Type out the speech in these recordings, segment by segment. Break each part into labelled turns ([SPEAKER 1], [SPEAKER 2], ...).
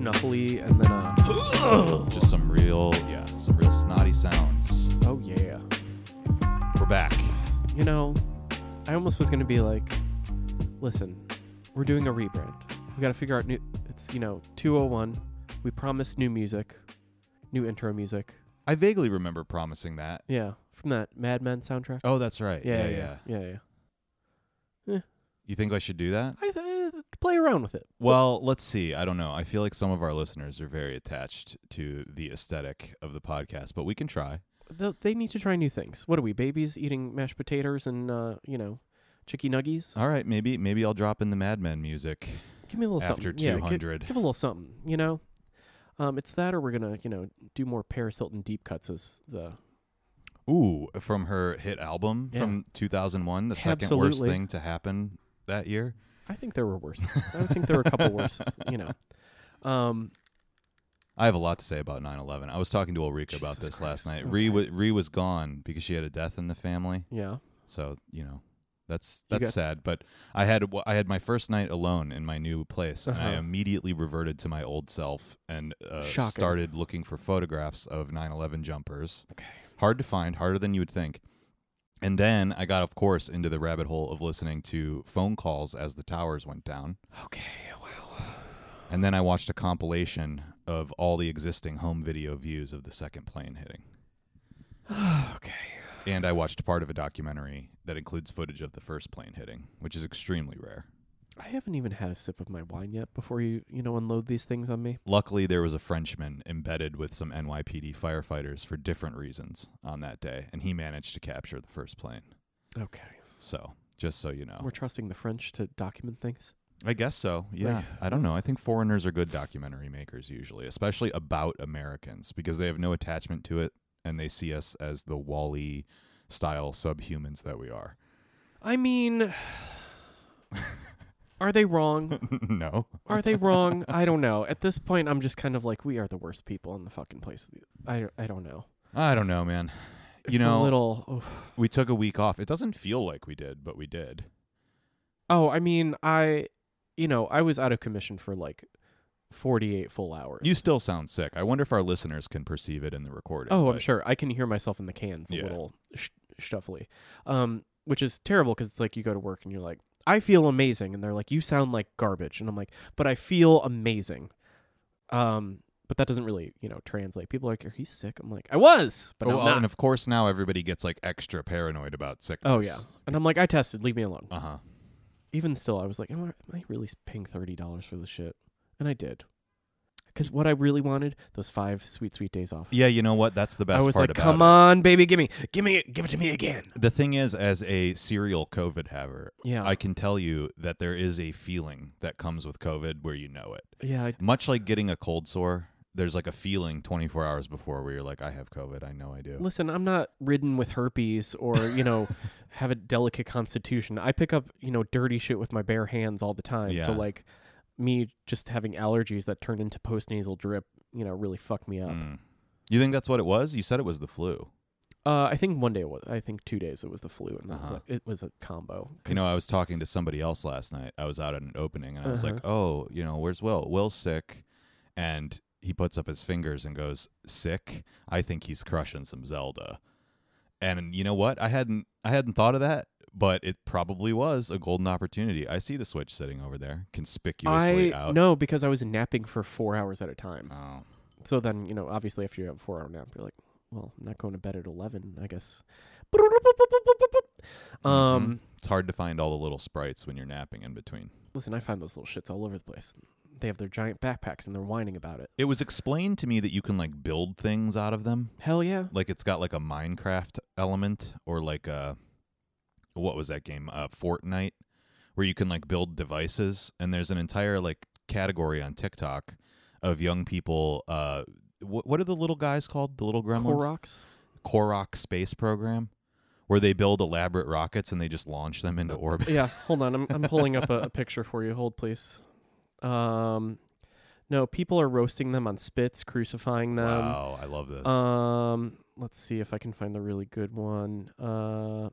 [SPEAKER 1] Oh, flea, and then a
[SPEAKER 2] Just some real, yeah, some real snotty sounds.
[SPEAKER 1] oh yeah.
[SPEAKER 2] We're back.
[SPEAKER 1] You know, I almost was gonna be like, listen, we're doing a rebrand. We gotta figure out new. It's you know 201. We promised new music, new intro music.
[SPEAKER 2] I vaguely remember promising that.
[SPEAKER 1] Yeah, from that Mad Men soundtrack.
[SPEAKER 2] Oh, that's right.
[SPEAKER 1] yeah, yeah, yeah. yeah.
[SPEAKER 2] You think I should do that?
[SPEAKER 1] I th- play around with it.
[SPEAKER 2] Well, let's see. I don't know. I feel like some of our listeners are very attached to the aesthetic of the podcast, but we can try.
[SPEAKER 1] Th- they need to try new things. What are we, babies eating mashed potatoes and uh, you know, chicky nuggies?
[SPEAKER 2] All right, maybe maybe I'll drop in the Mad Men music.
[SPEAKER 1] Give me a little
[SPEAKER 2] after
[SPEAKER 1] something. Yeah, gi-
[SPEAKER 2] 200.
[SPEAKER 1] give a little something. You know, um, it's that, or we're gonna you know do more Paris Hilton deep cuts as the
[SPEAKER 2] Ooh, from her hit album
[SPEAKER 1] Yeah.
[SPEAKER 2] from 2001, the second worst
[SPEAKER 1] Absolutely.
[SPEAKER 2] thing to happen that year.
[SPEAKER 1] I think there were worse. I think there were a couple worse, you know. Um,
[SPEAKER 2] I have a lot to say about 9/11. I was talking to Ulrika about
[SPEAKER 1] Jesus
[SPEAKER 2] this last
[SPEAKER 1] Christ.
[SPEAKER 2] night.
[SPEAKER 1] Okay.
[SPEAKER 2] Ree, wa- Ree was gone because she had a death in the family.
[SPEAKER 1] yeah.
[SPEAKER 2] So you know, that's
[SPEAKER 1] You
[SPEAKER 2] that's
[SPEAKER 1] got-
[SPEAKER 2] sad. But I had w- I had my first night alone in my new place, and I
[SPEAKER 1] Uh-huh.
[SPEAKER 2] immediately reverted to my old self and uh,
[SPEAKER 1] Shocking.
[SPEAKER 2] started looking for photographs of 9/11 jumpers.
[SPEAKER 1] Okay.
[SPEAKER 2] Hard to find, harder than you would think. And then I got, of course, into the rabbit hole of listening to phone calls as the towers went down.
[SPEAKER 1] Okay.
[SPEAKER 2] And then I watched a compilation of all the existing home video views of the second plane hitting.
[SPEAKER 1] Wow. okay.
[SPEAKER 2] And I watched part of a documentary that includes footage of the first plane hitting, which is extremely rare.
[SPEAKER 1] I haven't even had a sip of my wine yet before you you know unload these things on me.
[SPEAKER 2] Luckily, there was a Frenchman embedded with some NYPD firefighters for different reasons on that day, and he managed to capture the first plane.
[SPEAKER 1] Okay.
[SPEAKER 2] So, just so you know,
[SPEAKER 1] We're trusting the French to document things.
[SPEAKER 2] I guess so. Yeah, I don't know. I think foreigners are good documentary makers usually, especially about Americans because they have no attachment to it and they see us as the Wally style subhumans that we are.
[SPEAKER 1] I mean, are they wrong?
[SPEAKER 2] no,
[SPEAKER 1] Are they wrong? I don't know. At this point, I'm just kind of like, we are the worst people on the fucking place. I, I don't know.
[SPEAKER 2] I don't know, man.
[SPEAKER 1] It's
[SPEAKER 2] you know,
[SPEAKER 1] a little. oof.
[SPEAKER 2] we took a week off. It doesn't feel like we did, but we did.
[SPEAKER 1] Oh, I mean, I, you know, I was out of commission for like 48 full hours.
[SPEAKER 2] You still sound sick. I wonder if our listeners can perceive it in the recording.
[SPEAKER 1] Oh, I'm
[SPEAKER 2] but-
[SPEAKER 1] sure. I can hear myself in the cans
[SPEAKER 2] Yeah.
[SPEAKER 1] a little sh- shuffly, um, which is terrible because it's like you go to work and you're like, I feel amazing, and they're like, you sound like garbage, and I'm like, but I feel amazing. Um, but that doesn't really, you know, translate. People are like, are you sick? I'm like, I was, but
[SPEAKER 2] oh,
[SPEAKER 1] now
[SPEAKER 2] well,
[SPEAKER 1] I'm
[SPEAKER 2] and
[SPEAKER 1] not.
[SPEAKER 2] of course now everybody gets like extra paranoid about sickness.
[SPEAKER 1] Oh yeah, and I'm like, I tested. Leave me alone.
[SPEAKER 2] Uh huh.
[SPEAKER 1] Even still, I was like, am I, am I really paying thirty dollars for this shit? And I did, because what I really wanted those five sweet, sweet days off.
[SPEAKER 2] Yeah, you know what? That's the best
[SPEAKER 1] I was
[SPEAKER 2] part
[SPEAKER 1] like,
[SPEAKER 2] about
[SPEAKER 1] come
[SPEAKER 2] it.
[SPEAKER 1] on, baby, give me, give me, give it to me again.
[SPEAKER 2] The thing is, as a serial COVID haver,
[SPEAKER 1] Yeah,
[SPEAKER 2] I can tell you that there is a feeling that comes with COVID where you know it.
[SPEAKER 1] yeah, I
[SPEAKER 2] Much like getting a cold sore, there's like a feeling 24 hours before where you're like, I have COVID. I know I do.
[SPEAKER 1] Listen, I'm not ridden with herpes or, you know, have a delicate constitution. I pick up, you know, dirty shit with my bare hands all the time. So
[SPEAKER 2] Yeah.
[SPEAKER 1] like me just having allergies that turned into postnasal drip, you know, really fucked me up.
[SPEAKER 2] Mm. You think that's what it was? You said it was the flu.
[SPEAKER 1] Uh, I think one day it was I think two days it was the flu and that was
[SPEAKER 2] Uh-huh.
[SPEAKER 1] a- it was a combo.
[SPEAKER 2] You know, I was talking to somebody else last night. I was out at an opening and I was like, oh, you know, where's Will? Will's sick. And he puts up his fingers and goes, sick? I think he's crushing some Zelda. And you know what? I hadn't I hadn't thought of that, but it probably was a golden opportunity. I see the Switch sitting over there,
[SPEAKER 1] I
[SPEAKER 2] conspicuously out.
[SPEAKER 1] no because I was napping for four hours at a time.
[SPEAKER 2] Oh.
[SPEAKER 1] So then you know obviously after you have a four hour nap you're like, well I'm not going to bed at eleven I guess. Um.
[SPEAKER 2] It's hard to find all the little sprites when you're napping in between.
[SPEAKER 1] Listen, I find those little shits all over the place. They have their giant backpacks and they're whining about it.
[SPEAKER 2] It was explained to me that you can like build things out of them.
[SPEAKER 1] Hell yeah.
[SPEAKER 2] like it's got like a Minecraft element or like a what was that game? Uh Fortnite where you can like build devices and there's an entire like category on TikTok of young people uh what what are the little guys called? The little gremlins?
[SPEAKER 1] Koroks.
[SPEAKER 2] Korok space program where they build elaborate rockets and they just launch them into orbit.
[SPEAKER 1] yeah, hold on. I'm I'm pulling up a, a picture for you. Hold please. Um no, people are roasting them on spits, crucifying them.
[SPEAKER 2] wow, I love this.
[SPEAKER 1] Um let's see if I can find the really good one. Uh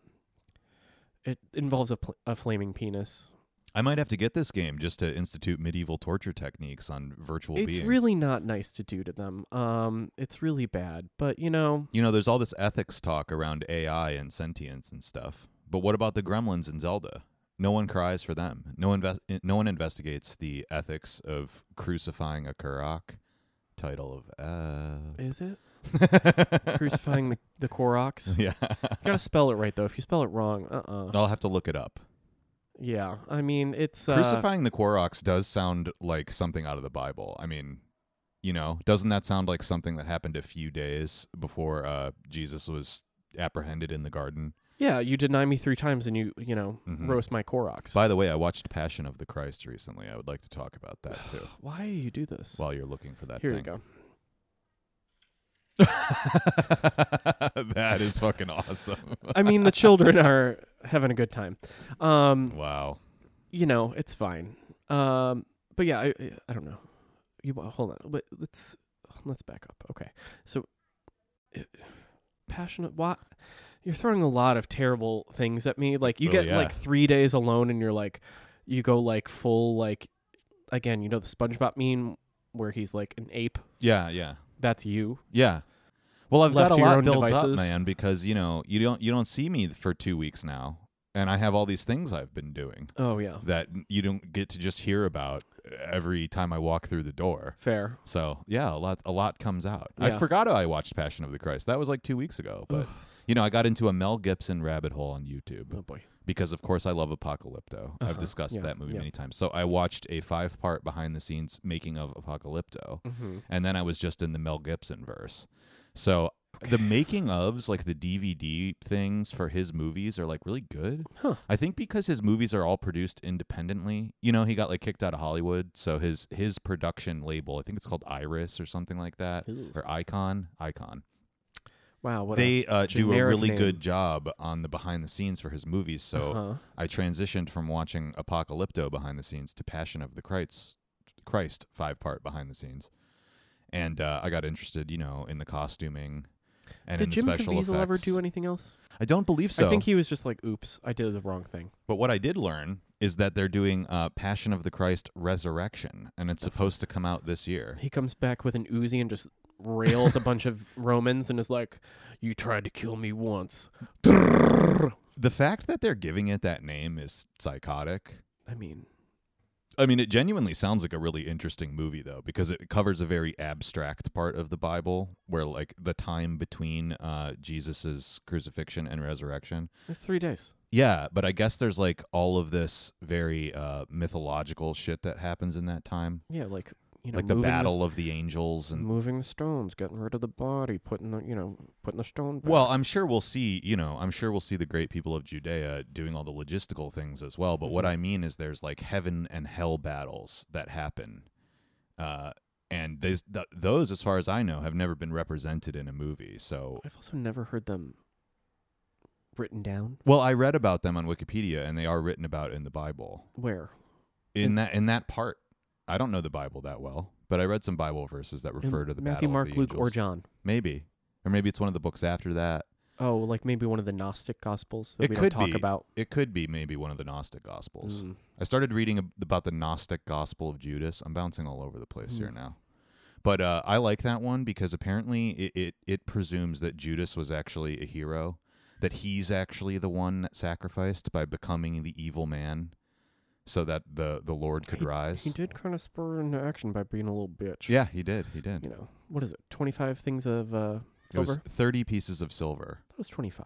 [SPEAKER 1] it involves a, pl- a flaming penis.
[SPEAKER 2] I might have to get this game just to institute medieval torture techniques on virtual
[SPEAKER 1] it's
[SPEAKER 2] beings.
[SPEAKER 1] really not nice to do to them. Um, it's really bad. But you know,
[SPEAKER 2] you know, there's all this ethics talk around AI and sentience and stuff. But what about the gremlins in Zelda? No one cries for them. No invest no one investigates the ethics of crucifying a Kurok. Title of
[SPEAKER 1] is it
[SPEAKER 2] uh
[SPEAKER 1] crucifying the the Koroks? You
[SPEAKER 2] Yeah.
[SPEAKER 1] gotta spell it right though. If you spell it wrong, uh uh
[SPEAKER 2] I'll have to look it up.
[SPEAKER 1] Yeah, I mean it's uh,
[SPEAKER 2] Crucifying the Koroks does sound like something out of the Bible. I mean, you know, doesn't that sound like something that happened a few days before uh, Jesus was apprehended in the garden?
[SPEAKER 1] Yeah, you deny me three times and you you know
[SPEAKER 2] Mhm.
[SPEAKER 1] roast my Koroks.
[SPEAKER 2] By the way, I watched Passion of the Christ recently. I would like to talk about that too
[SPEAKER 1] Why you do this?
[SPEAKER 2] while you're looking for that
[SPEAKER 1] Here
[SPEAKER 2] thing.
[SPEAKER 1] we go.
[SPEAKER 2] that is fucking awesome.
[SPEAKER 1] I mean the children are having a good time. Um,
[SPEAKER 2] Wow.
[SPEAKER 1] you know it's fine. Um, but yeah, I I- I don't know. You wa- hold on. Let- Let's let's back up. Okay, so it- passionate. Why you're throwing a lot of terrible things at me? Like you
[SPEAKER 2] Oh,
[SPEAKER 1] get
[SPEAKER 2] yeah.
[SPEAKER 1] like three days alone and you're like you go like full like again. You know the SpongeBob meme where he's like an ape.
[SPEAKER 2] Yeah, yeah.
[SPEAKER 1] That's you.
[SPEAKER 2] Yeah. Well, I've
[SPEAKER 1] Left
[SPEAKER 2] got
[SPEAKER 1] to
[SPEAKER 2] a
[SPEAKER 1] your
[SPEAKER 2] lot
[SPEAKER 1] own
[SPEAKER 2] built
[SPEAKER 1] devices.
[SPEAKER 2] up, man, because you know you don't you don't see me for two weeks now, and I have all these things I've been doing
[SPEAKER 1] Oh yeah.
[SPEAKER 2] that you don't get to just hear about every time I walk through the door.
[SPEAKER 1] Fair.
[SPEAKER 2] So yeah, a lot a lot comes out.
[SPEAKER 1] Yeah.
[SPEAKER 2] I forgot I watched Passion of the Christ. That was like two weeks ago, but you know I got into a Mel Gibson rabbit hole on YouTube
[SPEAKER 1] Oh boy.
[SPEAKER 2] because of course I love Apocalypto.
[SPEAKER 1] Uh-huh.
[SPEAKER 2] I've discussed
[SPEAKER 1] Yeah.
[SPEAKER 2] that movie
[SPEAKER 1] Yeah.
[SPEAKER 2] many times. So I watched a five part behind the scenes making of Apocalypto
[SPEAKER 1] Mm-hmm.
[SPEAKER 2] and then I was just in the Mel Gibson verse. So the making ofs, like the DVD things for his movies, are like really good.
[SPEAKER 1] Huh.
[SPEAKER 2] I think because his movies are all produced independently. You know, he got like kicked out of Hollywood, so his his production label, I think it's called Iris or something like that, or Icon, Icon.
[SPEAKER 1] Wow. What a
[SPEAKER 2] they uh, do a
[SPEAKER 1] generic
[SPEAKER 2] really
[SPEAKER 1] name.
[SPEAKER 2] good job on the behind the scenes for his movies. So
[SPEAKER 1] Uh-huh.
[SPEAKER 2] I transitioned from watching Apocalypto behind the scenes to Passion of the Christ, Christ five part behind the scenes, and uh, I got interested, you know, in the costuming and in
[SPEAKER 1] Did
[SPEAKER 2] the
[SPEAKER 1] Jim
[SPEAKER 2] special
[SPEAKER 1] Caviezel
[SPEAKER 2] effects.
[SPEAKER 1] ever do anything else?
[SPEAKER 2] I don't believe so.
[SPEAKER 1] I think he was just like, "Oops, I did the wrong thing."
[SPEAKER 2] but what I did learn is that they're doing uh, Passion of the Christ Resurrection, and it's supposed to come out this year.
[SPEAKER 1] He comes back with an Uzi and just rails a bunch of Romans and is like, "You tried to kill me once."
[SPEAKER 2] The fact that they're giving it that name is psychotic.
[SPEAKER 1] I mean,
[SPEAKER 2] I mean, it genuinely sounds like a really interesting movie, though, because it covers a very abstract part of the Bible, where like the time between uh, Jesus's crucifixion and resurrection.
[SPEAKER 1] it's three days.
[SPEAKER 2] Yeah, but I guess there's like all of this very uh, mythological shit that happens in that time,
[SPEAKER 1] Yeah, like you know,
[SPEAKER 2] like the
[SPEAKER 1] moving
[SPEAKER 2] battle of the angels and.
[SPEAKER 1] moving the stones, getting rid of the body, putting the you know, putting the stone. Back.
[SPEAKER 2] Well, I'm sure we'll see, you know, I'm sure we'll see the great people of Judea doing all the logistical things as well. But
[SPEAKER 1] Mm-hmm.
[SPEAKER 2] what I mean is there's like heaven and hell battles that happen. Uh, and these, th- those, as far as I know, have never been represented in a movie. So,
[SPEAKER 1] I've also never heard them written down.
[SPEAKER 2] well, I read about them on Wikipedia and they are written about in the Bible.
[SPEAKER 1] Where
[SPEAKER 2] In,
[SPEAKER 1] In-
[SPEAKER 2] that in that part, I don't know the Bible that well, but I read some Bible verses that
[SPEAKER 1] In
[SPEAKER 2] refer to the
[SPEAKER 1] Matthew,
[SPEAKER 2] battle
[SPEAKER 1] Mark,
[SPEAKER 2] of the
[SPEAKER 1] Luke, or
[SPEAKER 2] angels.
[SPEAKER 1] John?
[SPEAKER 2] Maybe. Or maybe it's one of the books after that.
[SPEAKER 1] Oh, like maybe one of the Gnostic Gospels that
[SPEAKER 2] It
[SPEAKER 1] we
[SPEAKER 2] could
[SPEAKER 1] don't talk
[SPEAKER 2] be.
[SPEAKER 1] about.
[SPEAKER 2] It could be maybe one of the Gnostic Gospels.
[SPEAKER 1] Mm.
[SPEAKER 2] I started reading ab- about the Gnostic Gospel of Judas. I'm bouncing all over the place here
[SPEAKER 1] Mm.
[SPEAKER 2] now. But uh, I like that one because apparently it, it, it presumes that Judas was actually a hero, that he's actually the one that sacrificed by becoming the evil man so that the, the Lord could rise.
[SPEAKER 1] He did kind of spur into action by being a little bitch.
[SPEAKER 2] Yeah, he did. He did.
[SPEAKER 1] You know, what is it? 25 things of uh,
[SPEAKER 2] it
[SPEAKER 1] silver?
[SPEAKER 2] was 30 pieces of silver.
[SPEAKER 1] that was 25.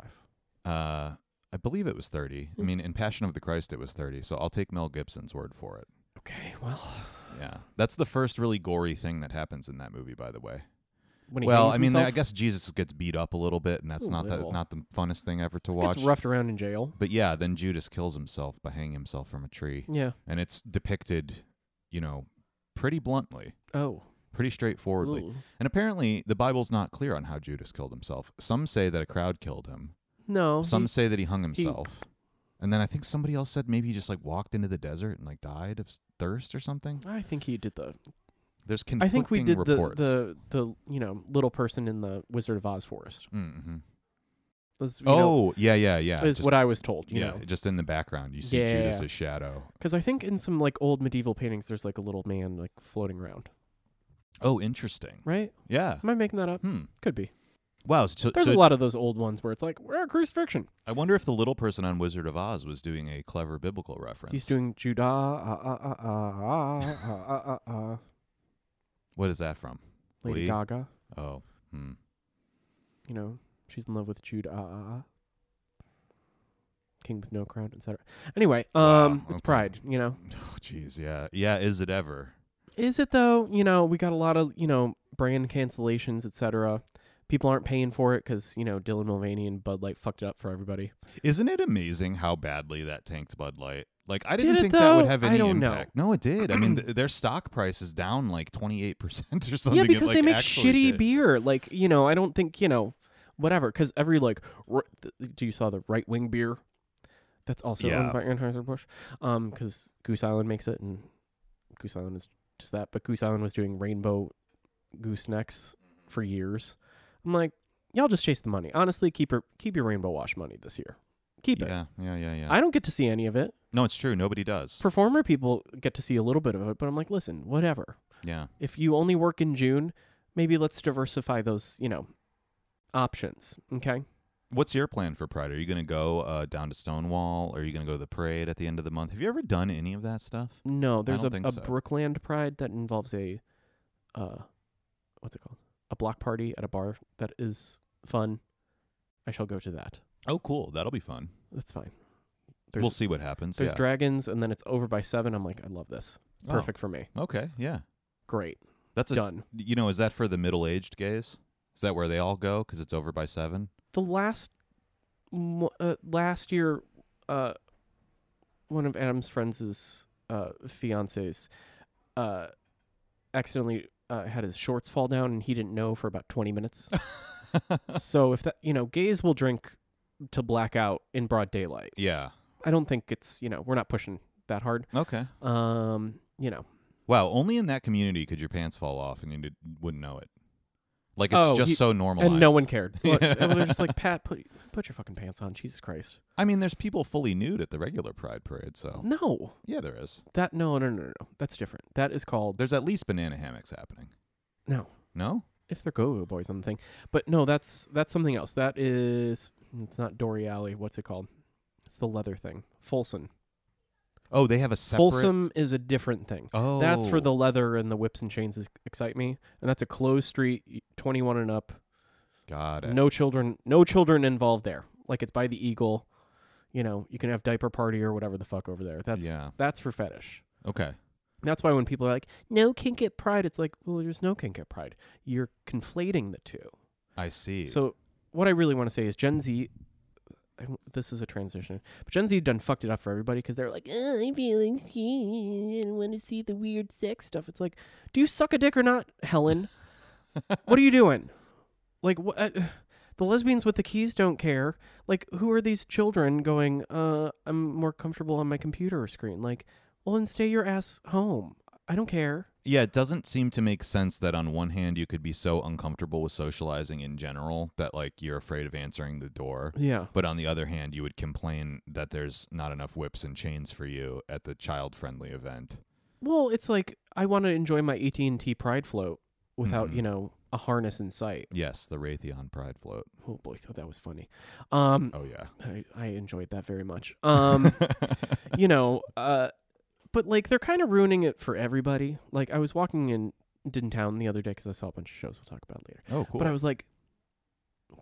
[SPEAKER 2] Uh, I believe it was 30. I
[SPEAKER 1] Hmm.
[SPEAKER 2] mean, in Passion of the Christ, it was 30. So I'll take Mel Gibson's word for it.
[SPEAKER 1] Okay, well.
[SPEAKER 2] Yeah. That's the first really gory thing that happens in that movie, by the way.
[SPEAKER 1] When he
[SPEAKER 2] well,
[SPEAKER 1] hangs
[SPEAKER 2] I mean,
[SPEAKER 1] himself,
[SPEAKER 2] I guess Jesus gets beat up a little bit, and that's
[SPEAKER 1] A
[SPEAKER 2] not the,
[SPEAKER 1] little.
[SPEAKER 2] not the funnest thing ever to
[SPEAKER 1] he gets
[SPEAKER 2] watch.
[SPEAKER 1] roughed around in jail.
[SPEAKER 2] But yeah, then Judas kills himself by hanging himself from a tree,
[SPEAKER 1] Yeah.
[SPEAKER 2] and it's depicted, you know, pretty bluntly,
[SPEAKER 1] Oh.
[SPEAKER 2] pretty straightforwardly.
[SPEAKER 1] ooh.
[SPEAKER 2] And apparently, the Bible's not clear on how Judas killed himself. Some say that a crowd killed him.
[SPEAKER 1] No.
[SPEAKER 2] Some
[SPEAKER 1] Oh, he-
[SPEAKER 2] say that he hung himself. and then I think somebody else said maybe he just like walked into the desert and like died of s- thirst or something.
[SPEAKER 1] I think he did the.
[SPEAKER 2] There's
[SPEAKER 1] I
[SPEAKER 2] conflicting
[SPEAKER 1] think we did the,
[SPEAKER 2] reports.
[SPEAKER 1] the the you know little person in the Wizard of Oz forest.
[SPEAKER 2] Mm-hmm.
[SPEAKER 1] That's, you know,
[SPEAKER 2] oh, yeah, yeah, yeah.
[SPEAKER 1] is
[SPEAKER 2] just,
[SPEAKER 1] what I was told. You
[SPEAKER 2] yeah,
[SPEAKER 1] know,
[SPEAKER 2] just in the background, you see
[SPEAKER 1] Yeah.
[SPEAKER 2] Judas's shadow.
[SPEAKER 1] because I think in some like old medieval paintings, there's like a little man like floating around.
[SPEAKER 2] Oh, interesting.
[SPEAKER 1] Right?
[SPEAKER 2] Yeah.
[SPEAKER 1] Am I making that up?
[SPEAKER 2] Hmm.
[SPEAKER 1] Could be.
[SPEAKER 2] Wow. So,
[SPEAKER 1] There's
[SPEAKER 2] so
[SPEAKER 1] a lot of those old ones where it's like, we're a crucifixion.
[SPEAKER 2] I wonder if the little person on Wizard of Oz was doing a clever biblical reference.
[SPEAKER 1] He's doing Judah. Ah, ah, ah, ah, ah, ah, ah, ah, ah.
[SPEAKER 2] What is that from?
[SPEAKER 1] Lady
[SPEAKER 2] Glee?
[SPEAKER 1] Gaga.
[SPEAKER 2] Oh, hmm.
[SPEAKER 1] You know, she's in love with Jude. Ah, ah, ah. King with no crown, etc. Anyway, um,
[SPEAKER 2] Wow, okay.
[SPEAKER 1] it's pride. You know,
[SPEAKER 2] Oh, jeez. Yeah. Yeah. Is it ever?
[SPEAKER 1] is it though? You know, we got a lot of you know brand cancellations, etc. People aren't paying for it because you know Dylan Mulvaney and Bud Light fucked it up for everybody.
[SPEAKER 2] Isn't it amazing how badly that tanked Bud Light? Like I didn't
[SPEAKER 1] Did it,
[SPEAKER 2] think that would
[SPEAKER 1] though?
[SPEAKER 2] have
[SPEAKER 1] I
[SPEAKER 2] any
[SPEAKER 1] don't know.
[SPEAKER 2] impact. No, it did. I mean, th- their stock price is down like twenty eight percent or something.
[SPEAKER 1] yeah,
[SPEAKER 2] It,
[SPEAKER 1] because they
[SPEAKER 2] like,
[SPEAKER 1] make
[SPEAKER 2] actually
[SPEAKER 1] shitty
[SPEAKER 2] did.
[SPEAKER 1] beer. Like you know, I don't think you know, whatever. Because every like, r- th- do you saw the right wing beer? That's also
[SPEAKER 2] Yeah.
[SPEAKER 1] owned by Anheuser Busch. Um, because Goose Island makes it, and Goose Island is just that. But Goose Island was doing rainbow goosenecks for years. I'm like, y'all just chase the money. Honestly, keep your keep your rainbow wash money this year. Keep it.
[SPEAKER 2] Yeah, yeah, yeah, yeah.
[SPEAKER 1] I don't get to see any of it.
[SPEAKER 2] no, it's true. Nobody does.
[SPEAKER 1] Performer people get to see a little bit of it, but I'm like, listen, whatever
[SPEAKER 2] yeah,
[SPEAKER 1] if you only work in June, maybe let's diversify those, you know, options. Okay.
[SPEAKER 2] What's your plan for Pride? Are you going to go uh, down to Stonewall? Are you going to go to the parade at the end of the month? Have you ever done any of that stuff?
[SPEAKER 1] No, there's a,
[SPEAKER 2] don't think
[SPEAKER 1] a
[SPEAKER 2] so.
[SPEAKER 1] Brookland Pride that involves a, uh, what's it called? A block party at a bar that is fun. I shall go to that.
[SPEAKER 2] Oh, cool. That'll be fun.
[SPEAKER 1] That's fine. There's,
[SPEAKER 2] we'll see what happens.
[SPEAKER 1] there's
[SPEAKER 2] yeah.
[SPEAKER 1] dragons, and then it's over by seven. I'm like, I love this.
[SPEAKER 2] Oh,
[SPEAKER 1] Perfect for me.
[SPEAKER 2] okay. Yeah.
[SPEAKER 1] Great.
[SPEAKER 2] That's a,
[SPEAKER 1] Done.
[SPEAKER 2] you know, is that for the middle aged gays? Is that where they all go? Because it's over by seven?
[SPEAKER 1] the last mo- uh, last year uh one of Adam's friends' uh fiancés uh accidentally uh, had his shorts fall down and he didn't know for about 20 minutes. so if that, you know, gays will drink to black out in broad daylight.
[SPEAKER 2] yeah.
[SPEAKER 1] I don't think it's, you know, we're not pushing that hard.
[SPEAKER 2] Okay.
[SPEAKER 1] Um, you know.
[SPEAKER 2] Wow. Only in that community could your pants fall off and you did, wouldn't know it. Like it's
[SPEAKER 1] Oh,
[SPEAKER 2] just
[SPEAKER 1] you-
[SPEAKER 2] so normalized.
[SPEAKER 1] And no one cared. Look,
[SPEAKER 2] Yeah.
[SPEAKER 1] They're just like, "Pat, put put your fucking pants on. Jesus Christ."
[SPEAKER 2] I mean, there's people fully nude at the regular Pride parade. So
[SPEAKER 1] No.
[SPEAKER 2] yeah, there is.
[SPEAKER 1] That no, no, no, no. no. That's different. That is called
[SPEAKER 2] There's at least banana hammocks happening.
[SPEAKER 1] No.
[SPEAKER 2] No?
[SPEAKER 1] if they're go-go boys on the thing. But no, that's that's something else. That is it's not Dory Alley. What's it called? It's the leather thing. Folsom.
[SPEAKER 2] Oh, they have a separate.
[SPEAKER 1] Folsom is a different thing.
[SPEAKER 2] Oh,
[SPEAKER 1] That's for the leather and the whips and chains is excite me. And that's a closed street, y- 21 and up.
[SPEAKER 2] got it.
[SPEAKER 1] No children, no children involved there. Like it's by the Eagle. You know, you can have diaper party or whatever the fuck over there. That's
[SPEAKER 2] Yeah.
[SPEAKER 1] that's for fetish.
[SPEAKER 2] Okay.
[SPEAKER 1] That's why when people are like, "No kink at Pride," it's like, "Well, there's no kink at Pride. You're conflating the two.
[SPEAKER 2] I see.
[SPEAKER 1] So what I really want to say is Gen Z. I w this is a transition, but Gen Z done fucked it up for everybody because they're like, oh, I'm feeling skinny and want to see the weird sex stuff. It's like, do you suck a dick or not, Helen? what are you doing? Like, wh- uh, the lesbians with the keys don't care. Like, who are these children going? Uh, I'm more comfortable on my computer screen. Like, well, then stay your ass home. I don't care.
[SPEAKER 2] yeah, it doesn't seem to make sense that on one hand you could be so uncomfortable with socializing in general that like you're afraid of answering the door,
[SPEAKER 1] Yeah.
[SPEAKER 2] but on the other hand you would complain that there's not enough whips and chains for you at the child-friendly event.
[SPEAKER 1] Well, it's like I want to enjoy my AT and T Pride float without
[SPEAKER 2] Mhm.
[SPEAKER 1] you know a harness in sight.
[SPEAKER 2] Yes, the Raytheon Pride float.
[SPEAKER 1] Oh boy, thought that was funny. Um,
[SPEAKER 2] Oh yeah.
[SPEAKER 1] I, I enjoyed that very much. Um, you know, uh, but like they're kind of ruining it for everybody. Like I was walking in Dintown the other day because I saw a bunch of shows we'll talk about later.
[SPEAKER 2] Oh cool.
[SPEAKER 1] But I was like,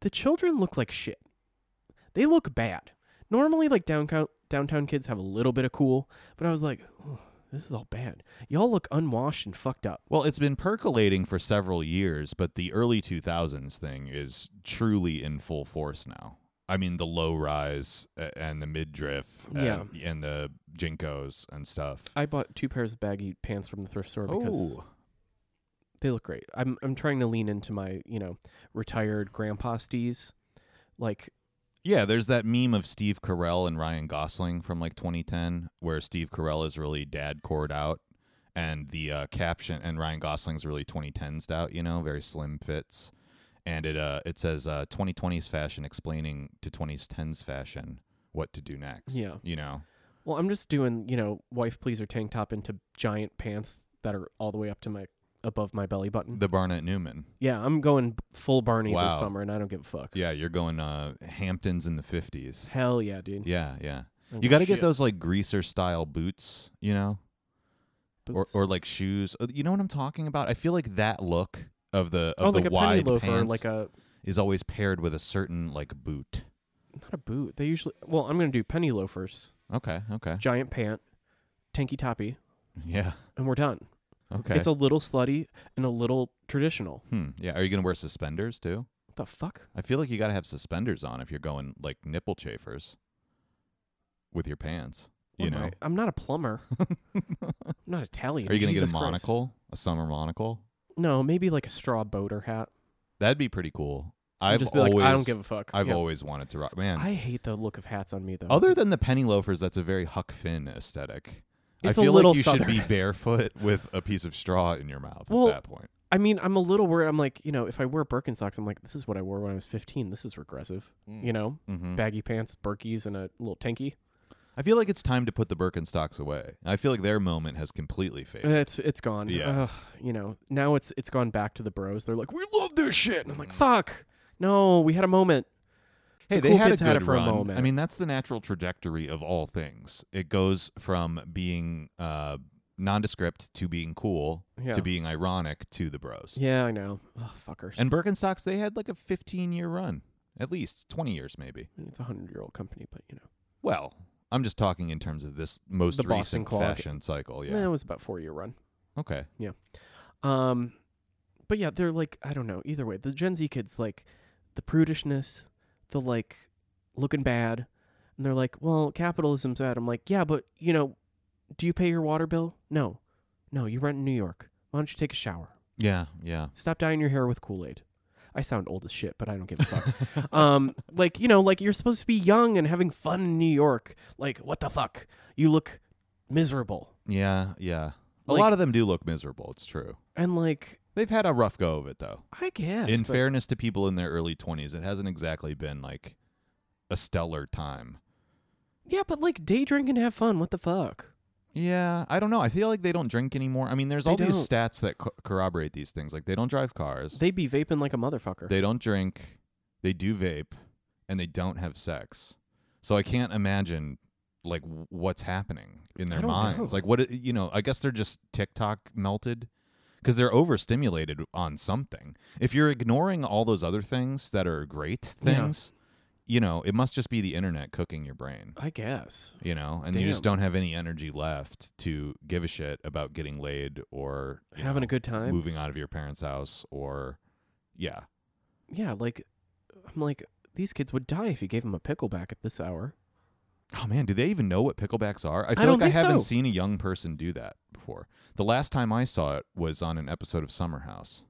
[SPEAKER 1] the children look like shit. They look bad. Normally, like downtown downtown kids have a little bit of cool, but I was like, oh, this is all bad. Y'all look unwashed and fucked up.
[SPEAKER 2] well, it's been percolating for several years, but the early 2000s thing is truly in full force now. I mean, the low rise uh, and the midriff
[SPEAKER 1] Yeah.
[SPEAKER 2] and, and the jinkos and stuff.
[SPEAKER 1] I bought two pairs of baggy pants from the thrift store because
[SPEAKER 2] Oh.
[SPEAKER 1] they look great. I'm I'm trying to lean into my you know retired grandpa stees, like
[SPEAKER 2] Yeah, there's that meme of Steve Carell and Ryan Gosling from like 2010, where Steve Carell is really dad cored out, and the uh, caption and Ryan Gosling's really 2010s out, you know, very slim fits, and it uh it says uh 2020's fashion explaining to 2010's fashion what to do next.
[SPEAKER 1] Yeah.
[SPEAKER 2] you know,
[SPEAKER 1] Well, I'm just doing, you know, wife pleaser tank top into giant pants that are all the way up to my above my belly button.
[SPEAKER 2] the Barnett Newman.
[SPEAKER 1] yeah, I'm going full Barney
[SPEAKER 2] Wow.
[SPEAKER 1] this summer, and I don't give a fuck.
[SPEAKER 2] Yeah, you're going uh Hamptons in the 50s.
[SPEAKER 1] Hell yeah, dude.
[SPEAKER 2] Yeah, yeah.
[SPEAKER 1] Mm. Oh,
[SPEAKER 2] You got to get
[SPEAKER 1] shit.
[SPEAKER 2] those like greaser style boots, you know,
[SPEAKER 1] Boots.
[SPEAKER 2] or or like shoes. Uh, You know what I'm talking about? I feel like that look of the
[SPEAKER 1] oh,
[SPEAKER 2] of
[SPEAKER 1] like
[SPEAKER 2] the
[SPEAKER 1] a penny
[SPEAKER 2] wide
[SPEAKER 1] loafer,
[SPEAKER 2] pants
[SPEAKER 1] like a
[SPEAKER 2] is always paired with a certain like boot.
[SPEAKER 1] not a boot. They usually well, I'm gonna do penny loafers,
[SPEAKER 2] Okay, okay.
[SPEAKER 1] giant pant, tanky toppy,
[SPEAKER 2] Yeah.
[SPEAKER 1] and we're done.
[SPEAKER 2] Okay.
[SPEAKER 1] It's a little slutty and a little traditional.
[SPEAKER 2] hmm. Yeah, are you going to wear suspenders too?
[SPEAKER 1] What the fuck?
[SPEAKER 2] I feel like you got to have suspenders on if you're going like nipple chafers with your pants, you
[SPEAKER 1] What am
[SPEAKER 2] know.
[SPEAKER 1] I? I'm not a plumber. I'm not Italian.
[SPEAKER 2] Are you going to get
[SPEAKER 1] Jesus
[SPEAKER 2] a
[SPEAKER 1] Christ.
[SPEAKER 2] monocle? A summer monocle?
[SPEAKER 1] No, maybe like a straw boater hat.
[SPEAKER 2] That'd be pretty cool.
[SPEAKER 1] And
[SPEAKER 2] I've
[SPEAKER 1] just be
[SPEAKER 2] always
[SPEAKER 1] like, I don't give a fuck.
[SPEAKER 2] I've
[SPEAKER 1] Yeah.
[SPEAKER 2] always wanted to rock. Man,
[SPEAKER 1] I hate the look of hats on me though.
[SPEAKER 2] Other than the penny loafers, that's a very Huck Finn aesthetic.
[SPEAKER 1] It's
[SPEAKER 2] I
[SPEAKER 1] a
[SPEAKER 2] feel
[SPEAKER 1] little
[SPEAKER 2] like you should be
[SPEAKER 1] Southern.
[SPEAKER 2] barefoot with a piece of straw in your mouth
[SPEAKER 1] Well-
[SPEAKER 2] at that point.
[SPEAKER 1] I mean, I'm a little worried. I'm like, you know, if I wear Birkenstocks, I'm like, this is what I wore when I was 15. This is regressive. You know,
[SPEAKER 2] Mhm.
[SPEAKER 1] baggy pants, Birkies, and a little tanky.
[SPEAKER 2] I feel like it's time to put the Birkenstocks away. I feel like their moment has completely faded.
[SPEAKER 1] It's it's gone.
[SPEAKER 2] Yeah.
[SPEAKER 1] Ugh, you know, now it's it's gone back to the bros. They're like, we love this shit. And I'm
[SPEAKER 2] Mm.
[SPEAKER 1] like, fuck. No, we had a moment.
[SPEAKER 2] hey,
[SPEAKER 1] the
[SPEAKER 2] they
[SPEAKER 1] cool
[SPEAKER 2] had
[SPEAKER 1] kids
[SPEAKER 2] a
[SPEAKER 1] had
[SPEAKER 2] good
[SPEAKER 1] it for a
[SPEAKER 2] run.
[SPEAKER 1] moment.
[SPEAKER 2] I mean, that's the natural trajectory of all things. It goes from being uh, nondescript to being cool
[SPEAKER 1] Yeah.
[SPEAKER 2] to being ironic to the bros.
[SPEAKER 1] Yeah, I know. Ugh, fuckers.
[SPEAKER 2] And Birkenstocks, they had like a 15 year run, at least 20 years maybe.
[SPEAKER 1] it's a hundred year old company, but you know,
[SPEAKER 2] Well, I'm just talking in terms of this most
[SPEAKER 1] The Boston
[SPEAKER 2] recent
[SPEAKER 1] clog.
[SPEAKER 2] fashion cycle. Yeah.
[SPEAKER 1] yeah. it was about four year run.
[SPEAKER 2] Okay.
[SPEAKER 1] Um, but yeah, they're like I don't know. Either way, the Gen Z kids like the prudishness, the like looking bad, and they're like, "Well, capitalism's bad." I'm like, "Yeah, but you know, do you pay your water bill? No, no, you rent in New York. Why don't you take a shower?
[SPEAKER 2] Yeah. Yeah.
[SPEAKER 1] Stop dyeing your hair with Kool Aid." I sound old as shit, but I don't give a fuck. um, like you know, like you're supposed to be young and having fun in New York. Like what the fuck? You look miserable,
[SPEAKER 2] Yeah. Yeah. A
[SPEAKER 1] Like-
[SPEAKER 2] lot of them do look miserable. It's true.
[SPEAKER 1] and like
[SPEAKER 2] They've had a rough go of it, though.
[SPEAKER 1] I guess
[SPEAKER 2] in
[SPEAKER 1] but-
[SPEAKER 2] fairness to people in their early 20s, it hasn't exactly been like a stellar time.
[SPEAKER 1] Yeah, but like day drink and have fun. What the fuck?
[SPEAKER 2] Yeah. I don't know. I feel like they don't drink anymore. I mean, there's
[SPEAKER 1] They
[SPEAKER 2] all these
[SPEAKER 1] don't.
[SPEAKER 2] stats that co- corroborate these things. Like, they don't drive cars,
[SPEAKER 1] They be vaping like a motherfucker.
[SPEAKER 2] they don't drink, they do vape, and they don't have sex. So I can't imagine like w- what's happening in their
[SPEAKER 1] don't
[SPEAKER 2] minds.
[SPEAKER 1] know.
[SPEAKER 2] Like what i- you know, I guess they're just TikTok melted because they're overstimulated on something. If you're ignoring all those other things that are great
[SPEAKER 1] Yeah.
[SPEAKER 2] things, you know, it must just be the internet cooking your brain.
[SPEAKER 1] I guess.
[SPEAKER 2] You know, and you just
[SPEAKER 1] Damn.
[SPEAKER 2] don't have any energy left to give a shit about getting laid or you
[SPEAKER 1] Having
[SPEAKER 2] know,
[SPEAKER 1] a good time.
[SPEAKER 2] moving out of your parents' house or yeah,
[SPEAKER 1] Yeah, like I'm like these kids would die if you gave them a pickleback at this hour.
[SPEAKER 2] Oh man, do they even know what picklebacks are? I feel
[SPEAKER 1] don't
[SPEAKER 2] like I
[SPEAKER 1] think
[SPEAKER 2] haven't
[SPEAKER 1] so.
[SPEAKER 2] seen a young person do that before. The last time I saw it was on an episode of Summer House.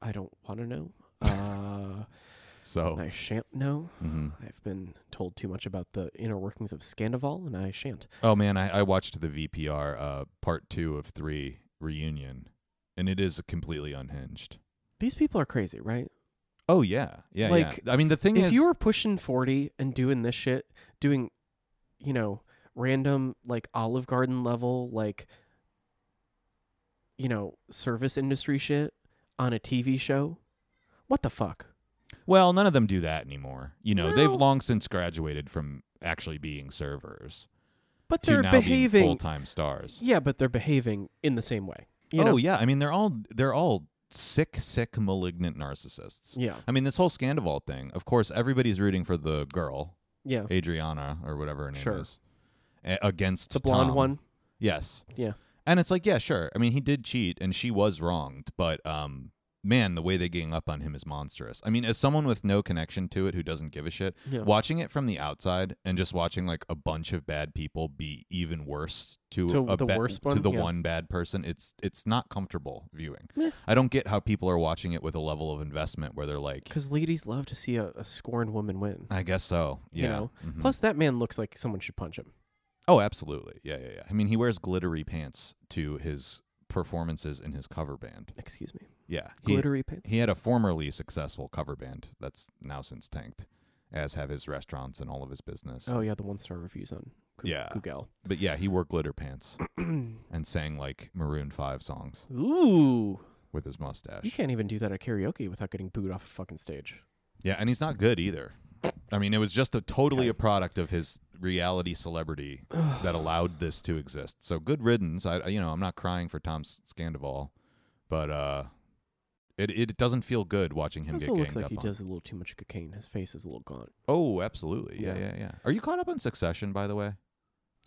[SPEAKER 1] I don't want to know. Uh,
[SPEAKER 2] So
[SPEAKER 1] I shan't know.
[SPEAKER 2] mhm.
[SPEAKER 1] I've been told too much about the inner workings of Scandival, and I shan't.
[SPEAKER 2] oh man, I, I watched the VPR uh, part two of three reunion, and it is completely unhinged.
[SPEAKER 1] These people are crazy, right?
[SPEAKER 2] Oh yeah, yeah,
[SPEAKER 1] Like,
[SPEAKER 2] yeah. I mean, the thing
[SPEAKER 1] if
[SPEAKER 2] is,
[SPEAKER 1] you were pushing 40 and doing this shit, doing, you know, random like Olive Garden level, like, you know, service industry shit on a TV show, what the fuck?
[SPEAKER 2] well, none of them do that anymore. You know, they've
[SPEAKER 1] No.
[SPEAKER 2] long since graduated from actually being servers
[SPEAKER 1] But
[SPEAKER 2] to
[SPEAKER 1] they're
[SPEAKER 2] now being full
[SPEAKER 1] behaving.
[SPEAKER 2] time stars.
[SPEAKER 1] Yeah, but they're behaving in the same way. You
[SPEAKER 2] oh
[SPEAKER 1] know?
[SPEAKER 2] yeah, I mean, they're all they're all sick, sick, malignant narcissists.
[SPEAKER 1] Yeah.
[SPEAKER 2] I mean, this whole Scandival thing, of course, everybody's rooting for the girl,
[SPEAKER 1] Yeah.
[SPEAKER 2] Adriana, or whatever her name
[SPEAKER 1] Sure.
[SPEAKER 2] is, a- against
[SPEAKER 1] The blonde
[SPEAKER 2] Tom.
[SPEAKER 1] one.
[SPEAKER 2] Yes.
[SPEAKER 1] Yeah.
[SPEAKER 2] And it's like, yeah, sure. I mean, he did cheat and she was wronged, but um, man, the way they gang up on him is monstrous. I mean, as someone with no connection to it who doesn't give a shit,
[SPEAKER 1] Yeah.
[SPEAKER 2] watching it from the outside and just watching like a bunch of bad people be even worse to,
[SPEAKER 1] To
[SPEAKER 2] a
[SPEAKER 1] the
[SPEAKER 2] ba-
[SPEAKER 1] worst
[SPEAKER 2] to
[SPEAKER 1] one?
[SPEAKER 2] the
[SPEAKER 1] Yeah.
[SPEAKER 2] one bad person, it's it's not comfortable viewing.
[SPEAKER 1] Meh.
[SPEAKER 2] I don't get how people are watching it with a level of investment where they're like,
[SPEAKER 1] Because ladies love to see a, a scorned woman win.
[SPEAKER 2] I guess so. Yeah.
[SPEAKER 1] You know?
[SPEAKER 2] Mhm.
[SPEAKER 1] Plus, that man looks like someone should punch him.
[SPEAKER 2] oh, absolutely. Yeah, yeah, yeah. I mean, he wears glittery pants to his performances in his cover band.
[SPEAKER 1] Excuse me.
[SPEAKER 2] Yeah. He,
[SPEAKER 1] Glittery pants.
[SPEAKER 2] he had a formerly successful cover band that's now since tanked, as have his restaurants and all of his business.
[SPEAKER 1] Oh yeah, the one star reviews on Goo-
[SPEAKER 2] Yeah.
[SPEAKER 1] Google.
[SPEAKER 2] But yeah, he wore glitter pants and sang like Maroon 5 songs
[SPEAKER 1] Ooh,
[SPEAKER 2] with his
[SPEAKER 1] you
[SPEAKER 2] mustache.
[SPEAKER 1] can't even do that at karaoke without getting booed off a fucking stage.
[SPEAKER 2] Yeah, and he's not good either. I mean, it was just a totally
[SPEAKER 1] Okay.
[SPEAKER 2] a product of his reality celebrity that allowed this to exist. So good riddance. I I- you know, I'm not crying for Tom S- Scandival, but uh it it doesn't feel good watching him
[SPEAKER 1] also
[SPEAKER 2] get
[SPEAKER 1] looks
[SPEAKER 2] ganged
[SPEAKER 1] like
[SPEAKER 2] up
[SPEAKER 1] he
[SPEAKER 2] on.
[SPEAKER 1] does a little too much cocaine. His face is a little gaunt.
[SPEAKER 2] Oh, absolutely. Yeah,
[SPEAKER 1] Yeah.
[SPEAKER 2] yeah, yeah, Are you caught up on Succession by the way?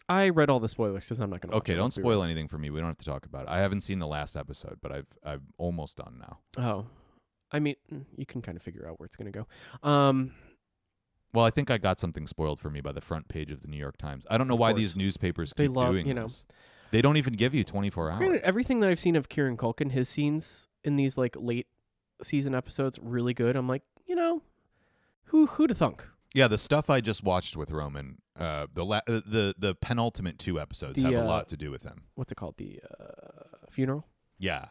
[SPEAKER 1] I read all the spoilers because I'm not gonna. watch
[SPEAKER 2] Okay,
[SPEAKER 1] it,
[SPEAKER 2] don't
[SPEAKER 1] let's be
[SPEAKER 2] spoil anything for me. We don't have to talk about it. I haven't seen the last episode, but I've I'm almost done now.
[SPEAKER 1] real. Oh, I mean, mm, you can kind of figure out where it's gonna go. Um,
[SPEAKER 2] Well, I think I got something spoiled for me by the front page of the New York Times. I don't know
[SPEAKER 1] Of
[SPEAKER 2] why
[SPEAKER 1] course.
[SPEAKER 2] these newspapers
[SPEAKER 1] They
[SPEAKER 2] keep
[SPEAKER 1] love-
[SPEAKER 2] doing
[SPEAKER 1] you know.
[SPEAKER 2] this. They don't even give you 24 hours.
[SPEAKER 1] granted, everything that I've seen of Kieran Culkin, his scenes in these like late season episodes, really good. I'm like, you know, who who to thunk?
[SPEAKER 2] Yeah, the stuff I just watched with Roman, uh, the la- uh, the the penultimate two episodes
[SPEAKER 1] The,
[SPEAKER 2] have
[SPEAKER 1] uh,
[SPEAKER 2] a lot to do with him.
[SPEAKER 1] What's it called? The uh, funeral.
[SPEAKER 2] Yeah,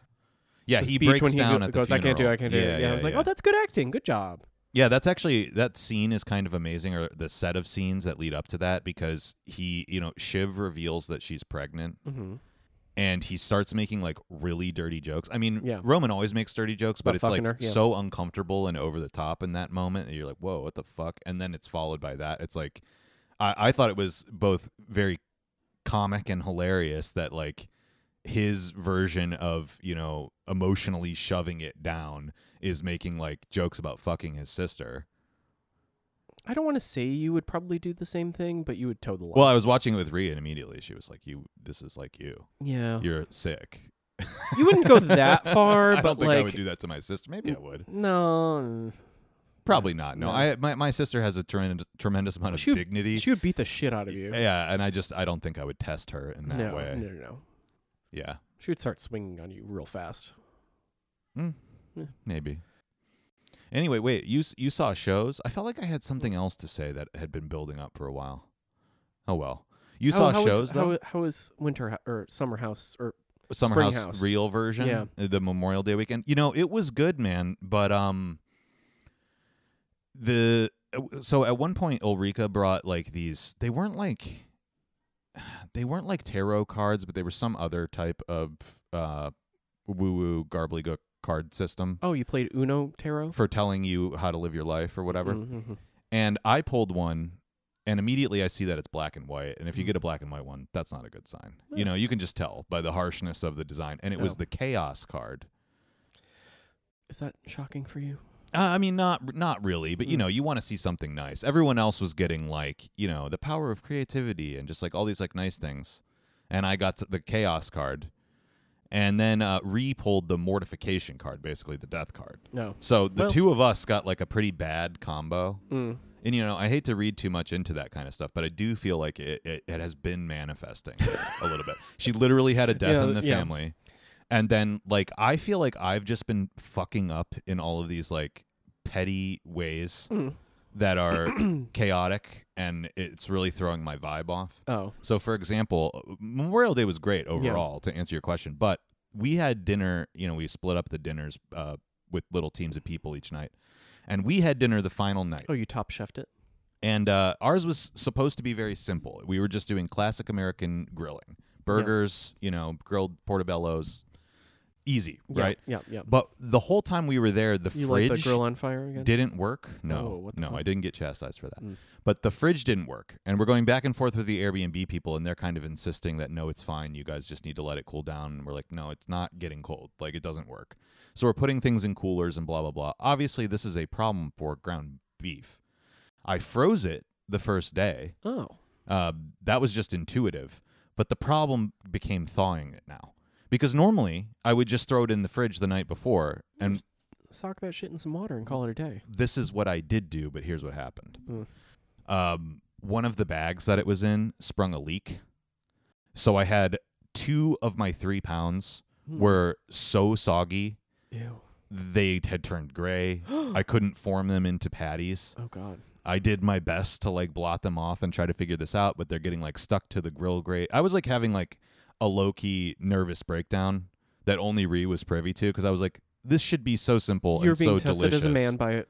[SPEAKER 2] yeah,
[SPEAKER 1] the
[SPEAKER 2] he
[SPEAKER 1] speech
[SPEAKER 2] breaks
[SPEAKER 1] when he
[SPEAKER 2] down
[SPEAKER 1] go-
[SPEAKER 2] at the
[SPEAKER 1] goes, I can't do it,
[SPEAKER 2] funeral.
[SPEAKER 1] I can't do
[SPEAKER 2] Yeah,
[SPEAKER 1] it. Yeah, I was like,
[SPEAKER 2] yeah.
[SPEAKER 1] oh, that's good acting. Good job.
[SPEAKER 2] Yeah, that's actually that scene is kind of amazing, or the set of scenes that lead up to that, because he, you know, Shiv reveals that she's pregnant,
[SPEAKER 1] Mm-hmm.
[SPEAKER 2] and he starts making like really dirty jokes. I mean,
[SPEAKER 1] Yeah.
[SPEAKER 2] Roman always makes dirty jokes, but
[SPEAKER 1] About
[SPEAKER 2] it's like
[SPEAKER 1] fucking her, yeah.
[SPEAKER 2] so uncomfortable and over the top in that moment. And you're like, whoa, what the fuck? And then it's followed by that. It's like, I, I thought it was both very comic and hilarious that like his version of, you know, emotionally shoving it down is making like jokes about fucking his sister.
[SPEAKER 1] I don't want to say you would probably do the same thing, but you would toe the line.
[SPEAKER 2] Well, I was watching it with Rhea and immediately she was like, you, this is like you.
[SPEAKER 1] yeah,
[SPEAKER 2] You're sick.
[SPEAKER 1] you wouldn't go that far,
[SPEAKER 2] I
[SPEAKER 1] but
[SPEAKER 2] don't think
[SPEAKER 1] like,
[SPEAKER 2] I would do that to my sister. Maybe I would.
[SPEAKER 1] no,
[SPEAKER 2] Probably not. No,
[SPEAKER 1] No.
[SPEAKER 2] I my, my sister has a tremendous tremendous amount of
[SPEAKER 1] She would-
[SPEAKER 2] dignity.
[SPEAKER 1] she would beat the shit out of you.
[SPEAKER 2] yeah, and I just I don't think I would test her in that
[SPEAKER 1] no,
[SPEAKER 2] way.
[SPEAKER 1] no, no, no.
[SPEAKER 2] Yeah,
[SPEAKER 1] She would start swinging on you real fast.
[SPEAKER 2] Mm.
[SPEAKER 1] Yeah.
[SPEAKER 2] maybe. Anyway, wait you s- you saw shows? I felt like I had something else to say that had been building up for a while. Oh well, you
[SPEAKER 1] How-
[SPEAKER 2] saw
[SPEAKER 1] how is-
[SPEAKER 2] shows
[SPEAKER 1] how,
[SPEAKER 2] though.
[SPEAKER 1] i- how is winter ho- or summer house or
[SPEAKER 2] Summer
[SPEAKER 1] Spring
[SPEAKER 2] House,
[SPEAKER 1] House.
[SPEAKER 2] real version,
[SPEAKER 1] Yeah.
[SPEAKER 2] uh, the Memorial Day weekend. You know, it was good, man, but um the uh, so at one point Ulrika brought like these they weren't like they weren't like tarot cards, but they were some other type of uh woo-woo gobbledygook card system
[SPEAKER 1] oh, you played Uno Tarot?
[SPEAKER 2] for telling you how to live your life or whatever.
[SPEAKER 1] Mm-hmm.
[SPEAKER 2] And I pulled one, and immediately I see that it's black and white. And if you
[SPEAKER 1] Mm.
[SPEAKER 2] get a black and white one, that's not a good sign.
[SPEAKER 1] Yeah.
[SPEAKER 2] You know, you can just tell by the harshness of the design. And it was
[SPEAKER 1] Oh.
[SPEAKER 2] the chaos card.
[SPEAKER 1] Is that shocking for you?
[SPEAKER 2] Uh, I mean, not not really, but you
[SPEAKER 1] Mm.
[SPEAKER 2] know, you want to see something nice. Everyone else was getting like, you know, the power of creativity and just like all these like nice things. And I got the chaos card, and then uh, re pulled the mortification card, basically the death card.
[SPEAKER 1] No.
[SPEAKER 2] So the
[SPEAKER 1] Well-
[SPEAKER 2] two of us got like a pretty bad combo.
[SPEAKER 1] Mm.
[SPEAKER 2] And you know, I hate to read too much into that kind of stuff, but I do feel like it, it, it has been manifesting a little bit. She literally had a death
[SPEAKER 1] Yeah,
[SPEAKER 2] in the
[SPEAKER 1] yeah.
[SPEAKER 2] family. And then like I feel like I've just been fucking up in all of these like petty ways
[SPEAKER 1] Mm.
[SPEAKER 2] that are chaotic and it's really throwing my vibe off.
[SPEAKER 1] Oh,
[SPEAKER 2] So, for example, Memorial Day was great overall to answer your question, but we had dinner. You know, we split up the dinners uh, with little teams of people each night, and we had dinner the final night.
[SPEAKER 1] oh, you top chefed it.
[SPEAKER 2] And uh, ours was supposed to be very simple. We were just doing classic American grilling, burgers, you know, grilled portobellos, easy,
[SPEAKER 1] Yeah,
[SPEAKER 2] right?
[SPEAKER 1] Yeah, yeah.
[SPEAKER 2] But the whole time we were there, the
[SPEAKER 1] You
[SPEAKER 2] fridge
[SPEAKER 1] like the grill on fire again?
[SPEAKER 2] didn't work. No,
[SPEAKER 1] Oh, what the
[SPEAKER 2] no,
[SPEAKER 1] fuck?
[SPEAKER 2] I didn't get chastised for that.
[SPEAKER 1] Mm.
[SPEAKER 2] But the fridge didn't work, and we're going back and forth with the Airbnb people, and they're kind of insisting that no, it's fine. You guys just need to let it cool down. And we're like, no, it's not getting cold. Like it doesn't work. So we're putting things in coolers and blah blah blah. Obviously, this is a problem for ground beef. I froze it the first day.
[SPEAKER 1] oh.
[SPEAKER 2] Uh, that was just intuitive. But the problem became thawing it now. Because normally I would just throw it in the fridge the night before and
[SPEAKER 1] sock that shit in some water and call it a day.
[SPEAKER 2] this is what I did do, but here's what happened.
[SPEAKER 1] Mm.
[SPEAKER 2] Um, one of the bags that it was in sprung a leak. So I had two of my three pounds
[SPEAKER 1] Hmm.
[SPEAKER 2] were so soggy,
[SPEAKER 1] Ew.
[SPEAKER 2] they had turned gray. I couldn't form them into patties.
[SPEAKER 1] Oh god.
[SPEAKER 2] I did my best to like blot them off and try to figure this out, but they're getting like stuck to the grill grate. I was like having like a low key nervous breakdown that only Ree was privy to because I was like, this should be so simple
[SPEAKER 1] You're
[SPEAKER 2] and so
[SPEAKER 1] being tested
[SPEAKER 2] delicious.
[SPEAKER 1] as a man by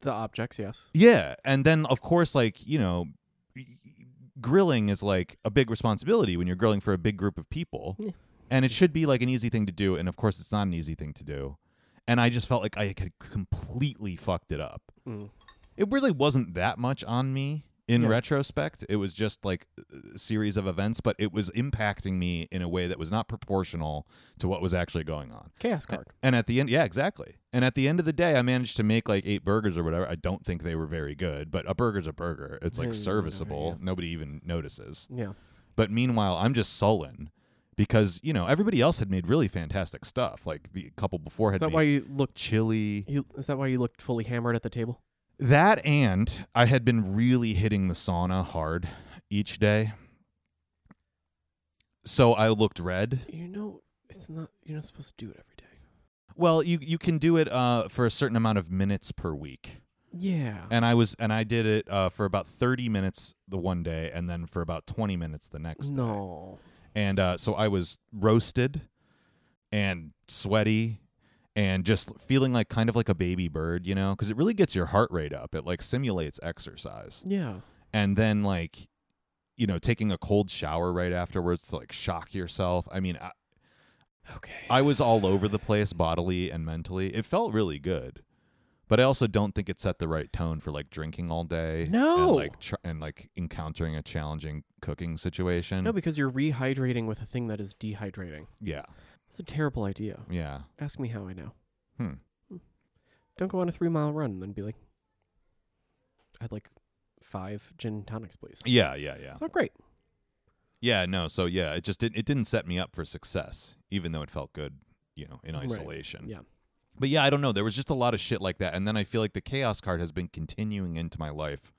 [SPEAKER 1] the objects, yes.
[SPEAKER 2] Yeah, and then of course, like you know, grilling is like a big responsibility when you're grilling for a big group of people,
[SPEAKER 1] Yeah.
[SPEAKER 2] and it should be like an easy thing to do. And of course, it's not an easy thing to do. And I just felt like I had completely fucked it up.
[SPEAKER 1] Mm.
[SPEAKER 2] It really wasn't that much on me in
[SPEAKER 1] Yeah.
[SPEAKER 2] retrospect. It was just like a series of events, but it was impacting me in a way that was not proportional to what was actually going on.
[SPEAKER 1] Chaos card.
[SPEAKER 2] And at the end, yeah, exactly. And at the end of the day, I managed to make like eight burgers or whatever. I don't think they were very good, but a burger's a burger. It's
[SPEAKER 1] Yeah,
[SPEAKER 2] like
[SPEAKER 1] yeah, yeah,
[SPEAKER 2] serviceable.
[SPEAKER 1] yeah.
[SPEAKER 2] Nobody even notices.
[SPEAKER 1] Yeah.
[SPEAKER 2] But meanwhile, I'm just sullen because, you know, everybody else had made really fantastic stuff. Like the couple before
[SPEAKER 1] Is
[SPEAKER 2] had
[SPEAKER 1] that
[SPEAKER 2] made
[SPEAKER 1] why you looked
[SPEAKER 2] chili.
[SPEAKER 1] you is that why you looked fully hammered at the table?
[SPEAKER 2] That and I had been really hitting the sauna hard each day. So I looked red.
[SPEAKER 1] You know it's not you're not supposed to do it every day.
[SPEAKER 2] Well, you you can do it uh, for a certain amount of minutes per week.
[SPEAKER 1] Yeah.
[SPEAKER 2] and I was and I did it uh, for about thirty minutes the one day, and then for about twenty minutes the next. day.
[SPEAKER 1] No.
[SPEAKER 2] and uh, so I was roasted and sweaty and just feeling like kind of like a baby bird, you know, because it really gets your heart rate up. It like simulates exercise,
[SPEAKER 1] Yeah.
[SPEAKER 2] and then like you know taking a cold shower right afterwards to like shock yourself. I mean, I,
[SPEAKER 1] Okay.
[SPEAKER 2] I was all over the place bodily and mentally. It felt really good. But I also don't think it set the right tone for like drinking all day.
[SPEAKER 1] No.
[SPEAKER 2] And like, tr- and like encountering a challenging cooking situation.
[SPEAKER 1] no, because you're rehydrating with a thing that is dehydrating.
[SPEAKER 2] yeah.
[SPEAKER 1] That's a terrible idea.
[SPEAKER 2] Yeah.
[SPEAKER 1] Ask me how I know.
[SPEAKER 2] Hmm.
[SPEAKER 1] Don't go on a three mile run and then be like, I'd like five gin tonics, please.
[SPEAKER 2] Yeah. Yeah. Yeah.
[SPEAKER 1] It's not great.
[SPEAKER 2] Yeah. No. So yeah, it just didn't, it didn't set me up for success, even though it felt good, you know, in
[SPEAKER 1] Right.
[SPEAKER 2] isolation.
[SPEAKER 1] Yeah.
[SPEAKER 2] But yeah, I don't know. There was just a lot of shit like that. And then I feel like the chaos card has been continuing into my life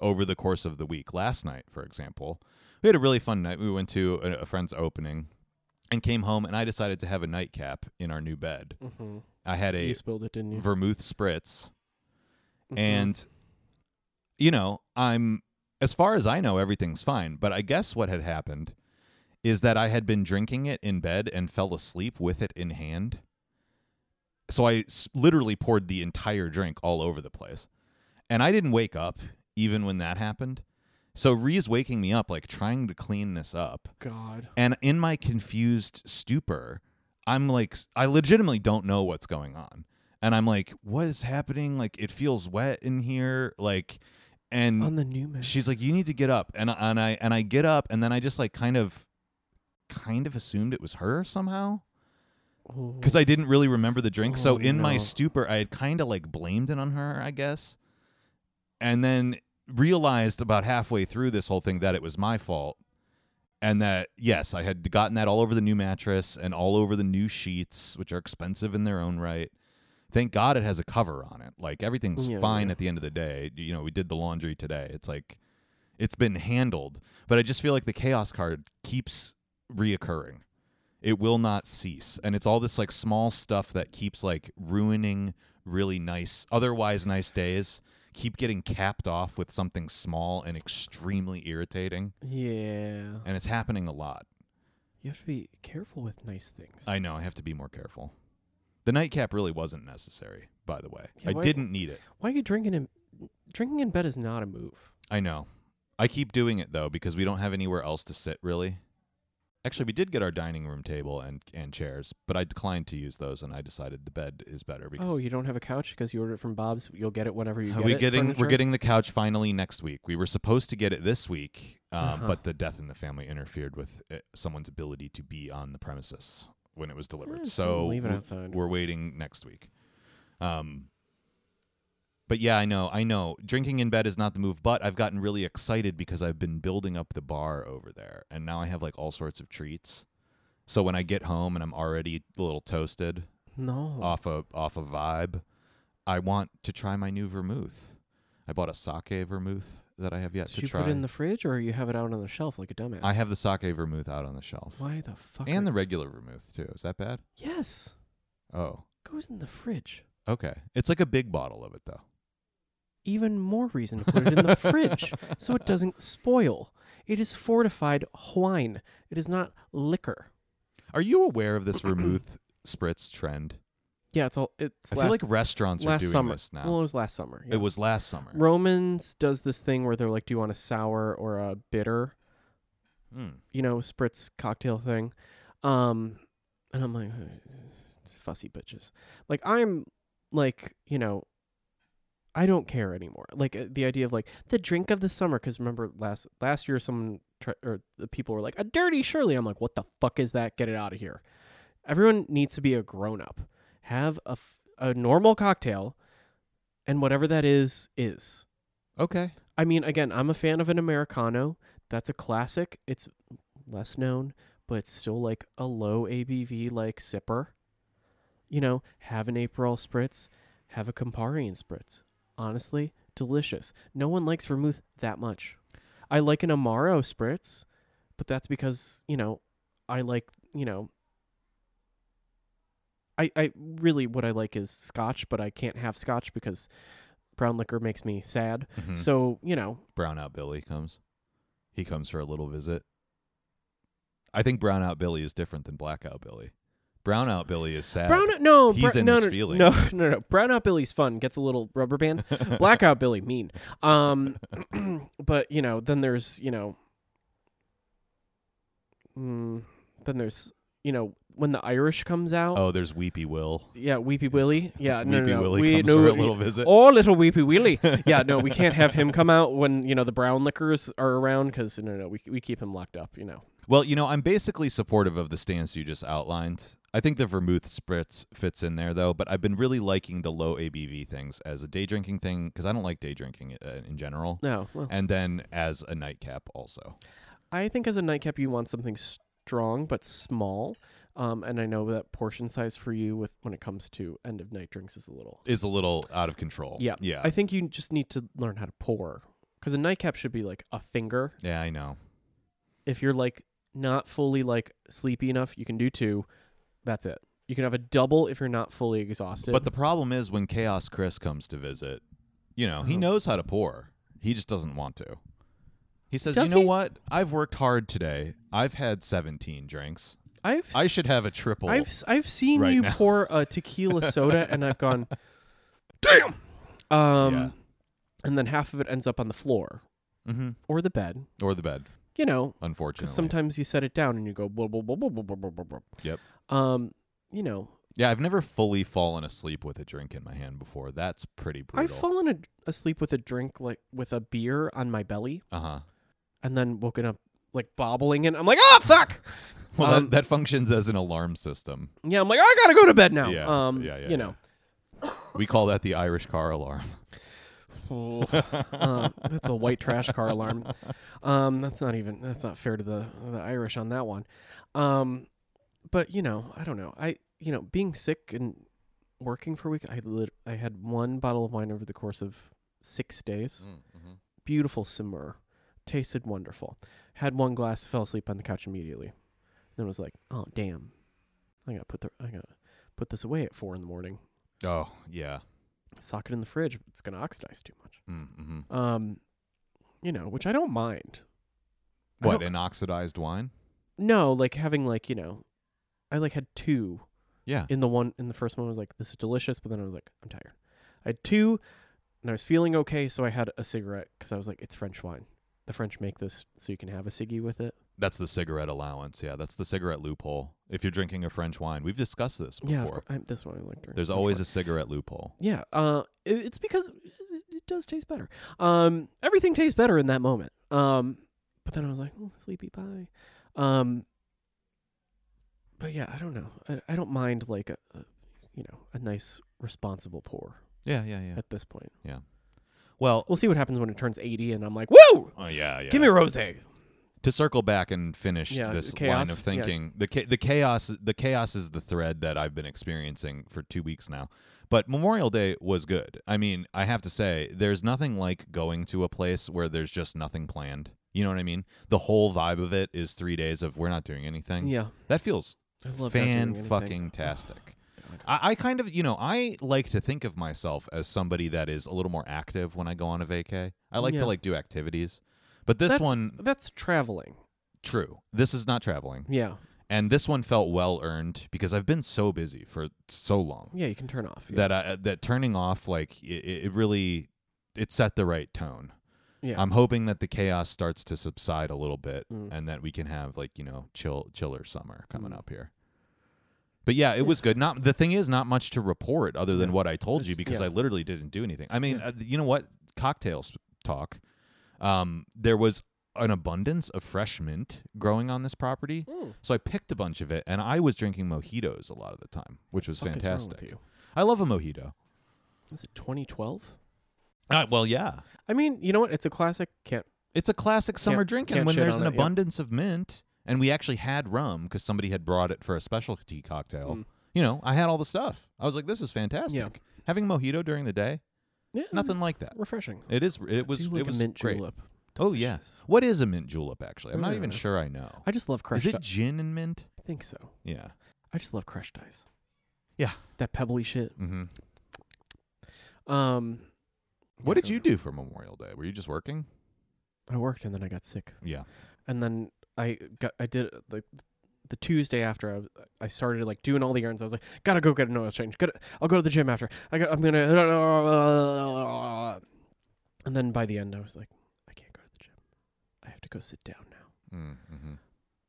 [SPEAKER 2] over the course of the week. Last night, for example, we had a really fun night. We went to a, a friend's opening and came home, and I decided to have a nightcap in our new bed.
[SPEAKER 1] Mm-hmm.
[SPEAKER 2] I had a
[SPEAKER 1] You spilled it, didn't you?
[SPEAKER 2] vermouth spritz, Mm-hmm.
[SPEAKER 1] Mhm.
[SPEAKER 2] and, you know, I'm, as far as I know, everything's fine. But I guess what had happened is that I had been drinking it in bed and fell asleep with it in hand. So I s- literally poured the entire drink all over the place. And I didn't wake up even when that happened. So Ree's waking me up, like trying to clean this up.
[SPEAKER 1] God.
[SPEAKER 2] And in my confused stupor, I'm like, s- I legitimately don't know what's going on. And I'm like, what is happening? Like, it feels wet in here. Like, and
[SPEAKER 1] On the new man.
[SPEAKER 2] Mm, she's like you need to get up and I- and I and I get up and then I just like kind of kind of assumed it was her somehow cuz I didn't really remember the drink so
[SPEAKER 1] Oh,
[SPEAKER 2] in my
[SPEAKER 1] no.
[SPEAKER 2] stupor I had kind of like blamed it on her I guess and then realized about halfway through this whole thing that it was my fault and that yes I had gotten that all over the new mattress and all over the new sheets which are expensive in their own right thank God it has a cover on it. Like everything's
[SPEAKER 1] Yeah,
[SPEAKER 2] fine
[SPEAKER 1] yeah.
[SPEAKER 2] at the end of the day. You know, we did the laundry today. It's like it's been handled, but I just feel like the chaos card keeps reoccurring. It will not cease, and it's all this like small stuff that keeps like ruining really nice, otherwise nice days. Keep getting capped off with something small and extremely irritating,
[SPEAKER 1] Yeah.
[SPEAKER 2] and it's happening a lot.
[SPEAKER 1] You have to be careful with nice things.
[SPEAKER 2] I know I have to be more careful. The nightcap really wasn't necessary, by the way.
[SPEAKER 1] Yeah,
[SPEAKER 2] I
[SPEAKER 1] why-
[SPEAKER 2] didn't need it.
[SPEAKER 1] Why are you drinking in drinking in bed is not a move.
[SPEAKER 2] I know. I keep doing it though because we don't have anywhere else to sit really. Actually, we did get our dining room table and and chairs, but I declined to use those, and I decided the bed is better because
[SPEAKER 1] Oh, you don't have a couch because you ordered it from Bob's. You'll get it whenever you
[SPEAKER 2] Uh,
[SPEAKER 1] get
[SPEAKER 2] we
[SPEAKER 1] it.
[SPEAKER 2] getting
[SPEAKER 1] furniture?
[SPEAKER 2] we're getting the couch finally next week. We were supposed to get it this week, um,
[SPEAKER 1] Uh-huh.
[SPEAKER 2] but the death in the family interfered with uh someone's ability to be on the premises when it was delivered.
[SPEAKER 1] Eh,
[SPEAKER 2] so
[SPEAKER 1] leave it
[SPEAKER 2] we-
[SPEAKER 1] outside.
[SPEAKER 2] we're waiting next week. Um, but yeah, I know, I know. Drinking in bed is not the move, but I've gotten really excited because I've been building up the bar over there, and now I have like all sorts of treats. So when I get home and I'm already a little toasted
[SPEAKER 1] No.
[SPEAKER 2] off a off a vibe, I want to try my new vermouth. I bought a sake vermouth that I have yet
[SPEAKER 1] Did
[SPEAKER 2] to
[SPEAKER 1] you
[SPEAKER 2] try.
[SPEAKER 1] put it in the fridge or you have it out on the shelf like a dumbass?
[SPEAKER 2] I have the sake vermouth out on the shelf,
[SPEAKER 1] Why the fuck?
[SPEAKER 2] and
[SPEAKER 1] are-
[SPEAKER 2] the regular vermouth too. Is that bad?
[SPEAKER 1] yes
[SPEAKER 2] Oh,
[SPEAKER 1] goes in the fridge.
[SPEAKER 2] okay. It's like a big bottle of it though.
[SPEAKER 1] Even more reason to put it in the fridge so it doesn't spoil. It is fortified wine. It is not liquor.
[SPEAKER 2] Are you aware of this vermouth spritz trend?
[SPEAKER 1] Yeah, it's all. It's
[SPEAKER 2] I
[SPEAKER 1] last,
[SPEAKER 2] feel like restaurants are
[SPEAKER 1] last
[SPEAKER 2] doing
[SPEAKER 1] summer.
[SPEAKER 2] this now.
[SPEAKER 1] Well, it was last summer. yeah.
[SPEAKER 2] It was last summer.
[SPEAKER 1] Romans does this thing where they're like, "Do you want a sour or a bitter?"
[SPEAKER 2] Mm.
[SPEAKER 1] You know, spritz cocktail thing. Um, and I'm like, fussy bitches. Like I'm like you know, I don't care anymore. Like uh, the idea of like the drink of the summer. Because remember last last year, someone tri- or the people were like a dirty Shirley. I'm like, what the fuck is that? Get it out of here. Everyone needs to be a grown up. Have a f- a normal cocktail, and whatever that is is.
[SPEAKER 2] Okay.
[SPEAKER 1] I mean, again, I'm a fan of an Americano. That's a classic. It's less known, but it's still like a low ABV, like sipper. You know, have an Aperol spritz, have a Campari and spritz. Honestly, delicious. No one likes vermouth that much. I like an Amaro spritz, but that's because, you know, I like, you know, I, I really what I like is scotch, but I can't have scotch because brown liquor makes me sad.
[SPEAKER 2] Mhm.
[SPEAKER 1] So, you know,
[SPEAKER 2] Brownout Billy comes. He comes for a little visit. I think Brownout Billy is different than Blackout Billy. Brownout Billy is sad.
[SPEAKER 1] Brown no,
[SPEAKER 2] Uh, He's
[SPEAKER 1] Bra-
[SPEAKER 2] in
[SPEAKER 1] no,
[SPEAKER 2] his
[SPEAKER 1] no,
[SPEAKER 2] feelings.
[SPEAKER 1] no, no, no. Brownout Billy's fun, gets a little rubber band. Blackout Billy mean. Um but, you know, then there's, you know, mm, then there's, you know, when the Irish comes out.
[SPEAKER 2] oh, there's Weepy Will.
[SPEAKER 1] Yeah, Weepy Willie. Yeah, no,
[SPEAKER 2] Weepy
[SPEAKER 1] no, no.
[SPEAKER 2] Willie
[SPEAKER 1] we,
[SPEAKER 2] comes
[SPEAKER 1] no,
[SPEAKER 2] for a
[SPEAKER 1] we-
[SPEAKER 2] little visit.
[SPEAKER 1] Oh, little Weepy Willie. yeah, no, we can't have him come out when you know the brown liquors are around because no, no, we we keep him locked up. You know,
[SPEAKER 2] Well, you know, I'm basically supportive of the stance you just outlined. I think the vermouth spritz fits in there though, but I've been really liking the low ABV things as a day drinking thing because I don't like day drinking uh, in general,
[SPEAKER 1] no. Well,
[SPEAKER 2] and then as a nightcap also.
[SPEAKER 1] I think as a nightcap, you want something strong but small. Um, and I know that portion size for you with when it comes to end of night drinks is a little.
[SPEAKER 2] Is a little out of control.
[SPEAKER 1] Yeah,
[SPEAKER 2] yeah,
[SPEAKER 1] I think you just need to learn how to pour because a nightcap should be like a finger.
[SPEAKER 2] yeah. I know.
[SPEAKER 1] If you're like not fully like sleepy enough, you can do two. That's it. You can have a double if you're not fully exhausted.
[SPEAKER 2] But the problem is when Chaos Chris comes to visit, you know, he
[SPEAKER 1] Oh.
[SPEAKER 2] knows how to pour. He just doesn't want to. He says,
[SPEAKER 1] Does
[SPEAKER 2] "You know
[SPEAKER 1] he?
[SPEAKER 2] what? I've worked hard today. I've had 17 drinks.
[SPEAKER 1] I've
[SPEAKER 2] I
[SPEAKER 1] s-
[SPEAKER 2] should have a triple."
[SPEAKER 1] I've s- I've seen
[SPEAKER 2] right
[SPEAKER 1] you
[SPEAKER 2] now.
[SPEAKER 1] pour a tequila soda and I've gone, damn. Um,
[SPEAKER 2] Yeah.
[SPEAKER 1] and then half of it ends up on the floor
[SPEAKER 2] hmm
[SPEAKER 1] or the bed.
[SPEAKER 2] Or the bed,
[SPEAKER 1] You know,
[SPEAKER 2] unfortunately.
[SPEAKER 1] because sometimes you set it down and you go, blah, blah, blah, blah, blah, blah, blah, blah, blah.
[SPEAKER 2] Yep.
[SPEAKER 1] Um, you know,
[SPEAKER 2] yeah, I've never fully fallen asleep with a drink in my hand before. That's pretty brutal.
[SPEAKER 1] I've fallen a- asleep with a drink like with a beer on my belly,
[SPEAKER 2] uh huh.
[SPEAKER 1] and then woken up like bobbling, and I'm like, oh fuck.
[SPEAKER 2] Well,
[SPEAKER 1] Um,
[SPEAKER 2] that, that functions as an alarm system.
[SPEAKER 1] Yeah, I'm like, I gotta go to bed now.
[SPEAKER 2] Yeah,
[SPEAKER 1] Um,
[SPEAKER 2] yeah, yeah,
[SPEAKER 1] you know,
[SPEAKER 2] We call that the Irish car alarm.
[SPEAKER 1] Oh, uh, that's a white trash car alarm. Um, that's not even that's not fair to the the Irish on that one. Um, but you know, I don't know. I you know, being sick and working for a week, I lit- I had one bottle of wine over the course of six days.
[SPEAKER 2] Mhm.
[SPEAKER 1] Beautiful simmer, tasted wonderful. Had one glass, fell asleep on the couch immediately. Then was like, oh damn, I gotta put the I gotta put this away at four in the morning.
[SPEAKER 2] Oh yeah.
[SPEAKER 1] Sock it in the fridge. It's gonna oxidize too much
[SPEAKER 2] Mm-hmm.
[SPEAKER 1] um you know which i don't mind I
[SPEAKER 2] What
[SPEAKER 1] don't-
[SPEAKER 2] an oxidized wine.
[SPEAKER 1] no like having like you know i like had two
[SPEAKER 2] Yeah.
[SPEAKER 1] in the one in the first one I was like this is delicious but then i was like i'm tired i had two and i was feeling okay so i had a cigarette because i was like it's french wine the french make this so you can have a ciggy with it
[SPEAKER 2] That's the cigarette allowance. Yeah, that's the cigarette loophole. If you're drinking a French wine, we've discussed this before.
[SPEAKER 1] yeah of cour- I, this one i like during
[SPEAKER 2] There's
[SPEAKER 1] French
[SPEAKER 2] always
[SPEAKER 1] wine.
[SPEAKER 2] a cigarette loophole.
[SPEAKER 1] yeah uh it, it's because it, it does taste better um everything tastes better in that moment um but then i was like oh, sleepy bye um but yeah i don't know i, I don't mind like a, a you know a nice responsible pour
[SPEAKER 2] Yeah, yeah, yeah.
[SPEAKER 1] at this point
[SPEAKER 2] Well,
[SPEAKER 1] we'll see what happens when it turns 80 and i'm like woo
[SPEAKER 2] oh yeah, yeah.
[SPEAKER 1] give me a rose
[SPEAKER 2] to circle back and finish
[SPEAKER 1] Yeah,
[SPEAKER 2] this
[SPEAKER 1] chaos,
[SPEAKER 2] line of
[SPEAKER 1] yeah.
[SPEAKER 2] thinking. The cha- the chaos the chaos is the thread that I've been experiencing for 2 weeks now. But Memorial Day was good. I mean, I have to say there's nothing like going to a place where there's just nothing planned. You know what I mean? The whole vibe of it is 3 days of we're not doing anything.
[SPEAKER 1] yeah
[SPEAKER 2] That feels
[SPEAKER 1] I love not doing
[SPEAKER 2] fan
[SPEAKER 1] anything.
[SPEAKER 2] fucking tastic.
[SPEAKER 1] God.
[SPEAKER 2] I, I kind of, you know, I like to think of myself as somebody that is a little more active when I go on a vacay. I like
[SPEAKER 1] Yeah.
[SPEAKER 2] to like do activities, but this
[SPEAKER 1] That's-
[SPEAKER 2] one,
[SPEAKER 1] that's traveling
[SPEAKER 2] true. This is not traveling,
[SPEAKER 1] yeah
[SPEAKER 2] And this one felt well earned because I've been so busy for so long
[SPEAKER 1] Yeah, you can turn off. Yeah.
[SPEAKER 2] that I, that turning off like it, it it really it set the right tone.
[SPEAKER 1] yeah.
[SPEAKER 2] I'm hoping that the chaos starts to subside a little bit
[SPEAKER 1] Mm.
[SPEAKER 2] and that we can have like, you know, chill chiller summer coming
[SPEAKER 1] Mm.
[SPEAKER 2] up here. But yeah, it was good. Not the thing is not much to report other than
[SPEAKER 1] Yeah.
[SPEAKER 2] what I told you
[SPEAKER 1] It's-
[SPEAKER 2] because
[SPEAKER 1] yeah.
[SPEAKER 2] I literally didn't do anything. I mean,
[SPEAKER 1] Yeah.
[SPEAKER 2] uh, you know what? Cocktails talk. Um there was an abundance of fresh mint growing on this property.
[SPEAKER 1] Mm.
[SPEAKER 2] So I picked a bunch of it and I was drinking mojitos a lot of the time, which was
[SPEAKER 1] Fuck is wrong with
[SPEAKER 2] fantastic.
[SPEAKER 1] you?
[SPEAKER 2] I love a mojito.
[SPEAKER 1] Is it 2012?
[SPEAKER 2] Uh, well, yeah.
[SPEAKER 1] I mean, you know what? It's a classic. Can't.
[SPEAKER 2] It's a classic summer
[SPEAKER 1] Can't-
[SPEAKER 2] drink,
[SPEAKER 1] can't
[SPEAKER 2] and when
[SPEAKER 1] shit
[SPEAKER 2] there's
[SPEAKER 1] on
[SPEAKER 2] an
[SPEAKER 1] it, yep.
[SPEAKER 2] abundance of mint, and we actually had rum because somebody had brought it for a specialty cocktail.
[SPEAKER 1] Mm.
[SPEAKER 2] You know, I had all the stuff. I was like, "This is fantastic." Having mojito during the day,
[SPEAKER 1] Yeah,
[SPEAKER 2] nothing like that.
[SPEAKER 1] refreshing.
[SPEAKER 2] It is. It
[SPEAKER 1] I
[SPEAKER 2] was.
[SPEAKER 1] do like
[SPEAKER 2] it was
[SPEAKER 1] a mint
[SPEAKER 2] great.
[SPEAKER 1] julep.
[SPEAKER 2] Oh yeah.
[SPEAKER 1] Delicious.
[SPEAKER 2] What is a mint julep? Actually, I'm
[SPEAKER 1] I
[SPEAKER 2] not
[SPEAKER 1] don't
[SPEAKER 2] even
[SPEAKER 1] know.
[SPEAKER 2] sure I know.
[SPEAKER 1] I just love
[SPEAKER 2] Is
[SPEAKER 1] crushed.
[SPEAKER 2] it
[SPEAKER 1] ice.
[SPEAKER 2] gin and mint?
[SPEAKER 1] I think so.
[SPEAKER 2] Yeah.
[SPEAKER 1] I just love crushed ice.
[SPEAKER 2] Yeah.
[SPEAKER 1] That pebbly shit.
[SPEAKER 2] hmm
[SPEAKER 1] Um.
[SPEAKER 2] What
[SPEAKER 1] yeah,
[SPEAKER 2] did you do for Memorial Day? Were you just working?
[SPEAKER 1] I worked and then I got sick.
[SPEAKER 2] Yeah.
[SPEAKER 1] and then I got I did like the Tuesday after I was- I started like doing all the errands. I was like, gotta go get an oil change. Gotta, I'll go to the gym after. I got I'm gonna. And then by the end, I was like, I can't go to the gym. I have to go sit down now.
[SPEAKER 2] Mm-hmm.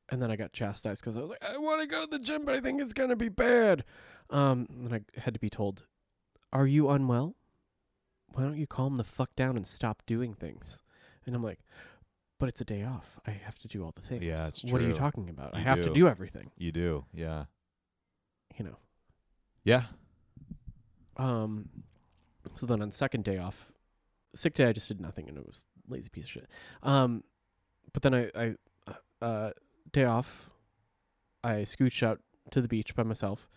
[SPEAKER 1] And then I got chastised because I was like, I want to go to the gym, but I think it's gonna be bad. Um, and I had to be told, Are you unwell? Why don't you calm the fuck down and stop doing things? And I'm like, But it's a day off. I have to do all the things.
[SPEAKER 2] Yeah, it's
[SPEAKER 1] What are you
[SPEAKER 2] true.
[SPEAKER 1] talking about? I
[SPEAKER 2] You
[SPEAKER 1] have to
[SPEAKER 2] do.
[SPEAKER 1] do everything.
[SPEAKER 2] You do. Yeah.
[SPEAKER 1] You know.
[SPEAKER 2] Yeah.
[SPEAKER 1] Um, so then on second day off, sick day, I just did nothing and it was a lazy piece of shit. Um, but then I, I, uh, day off, I scooched out to the beach by myself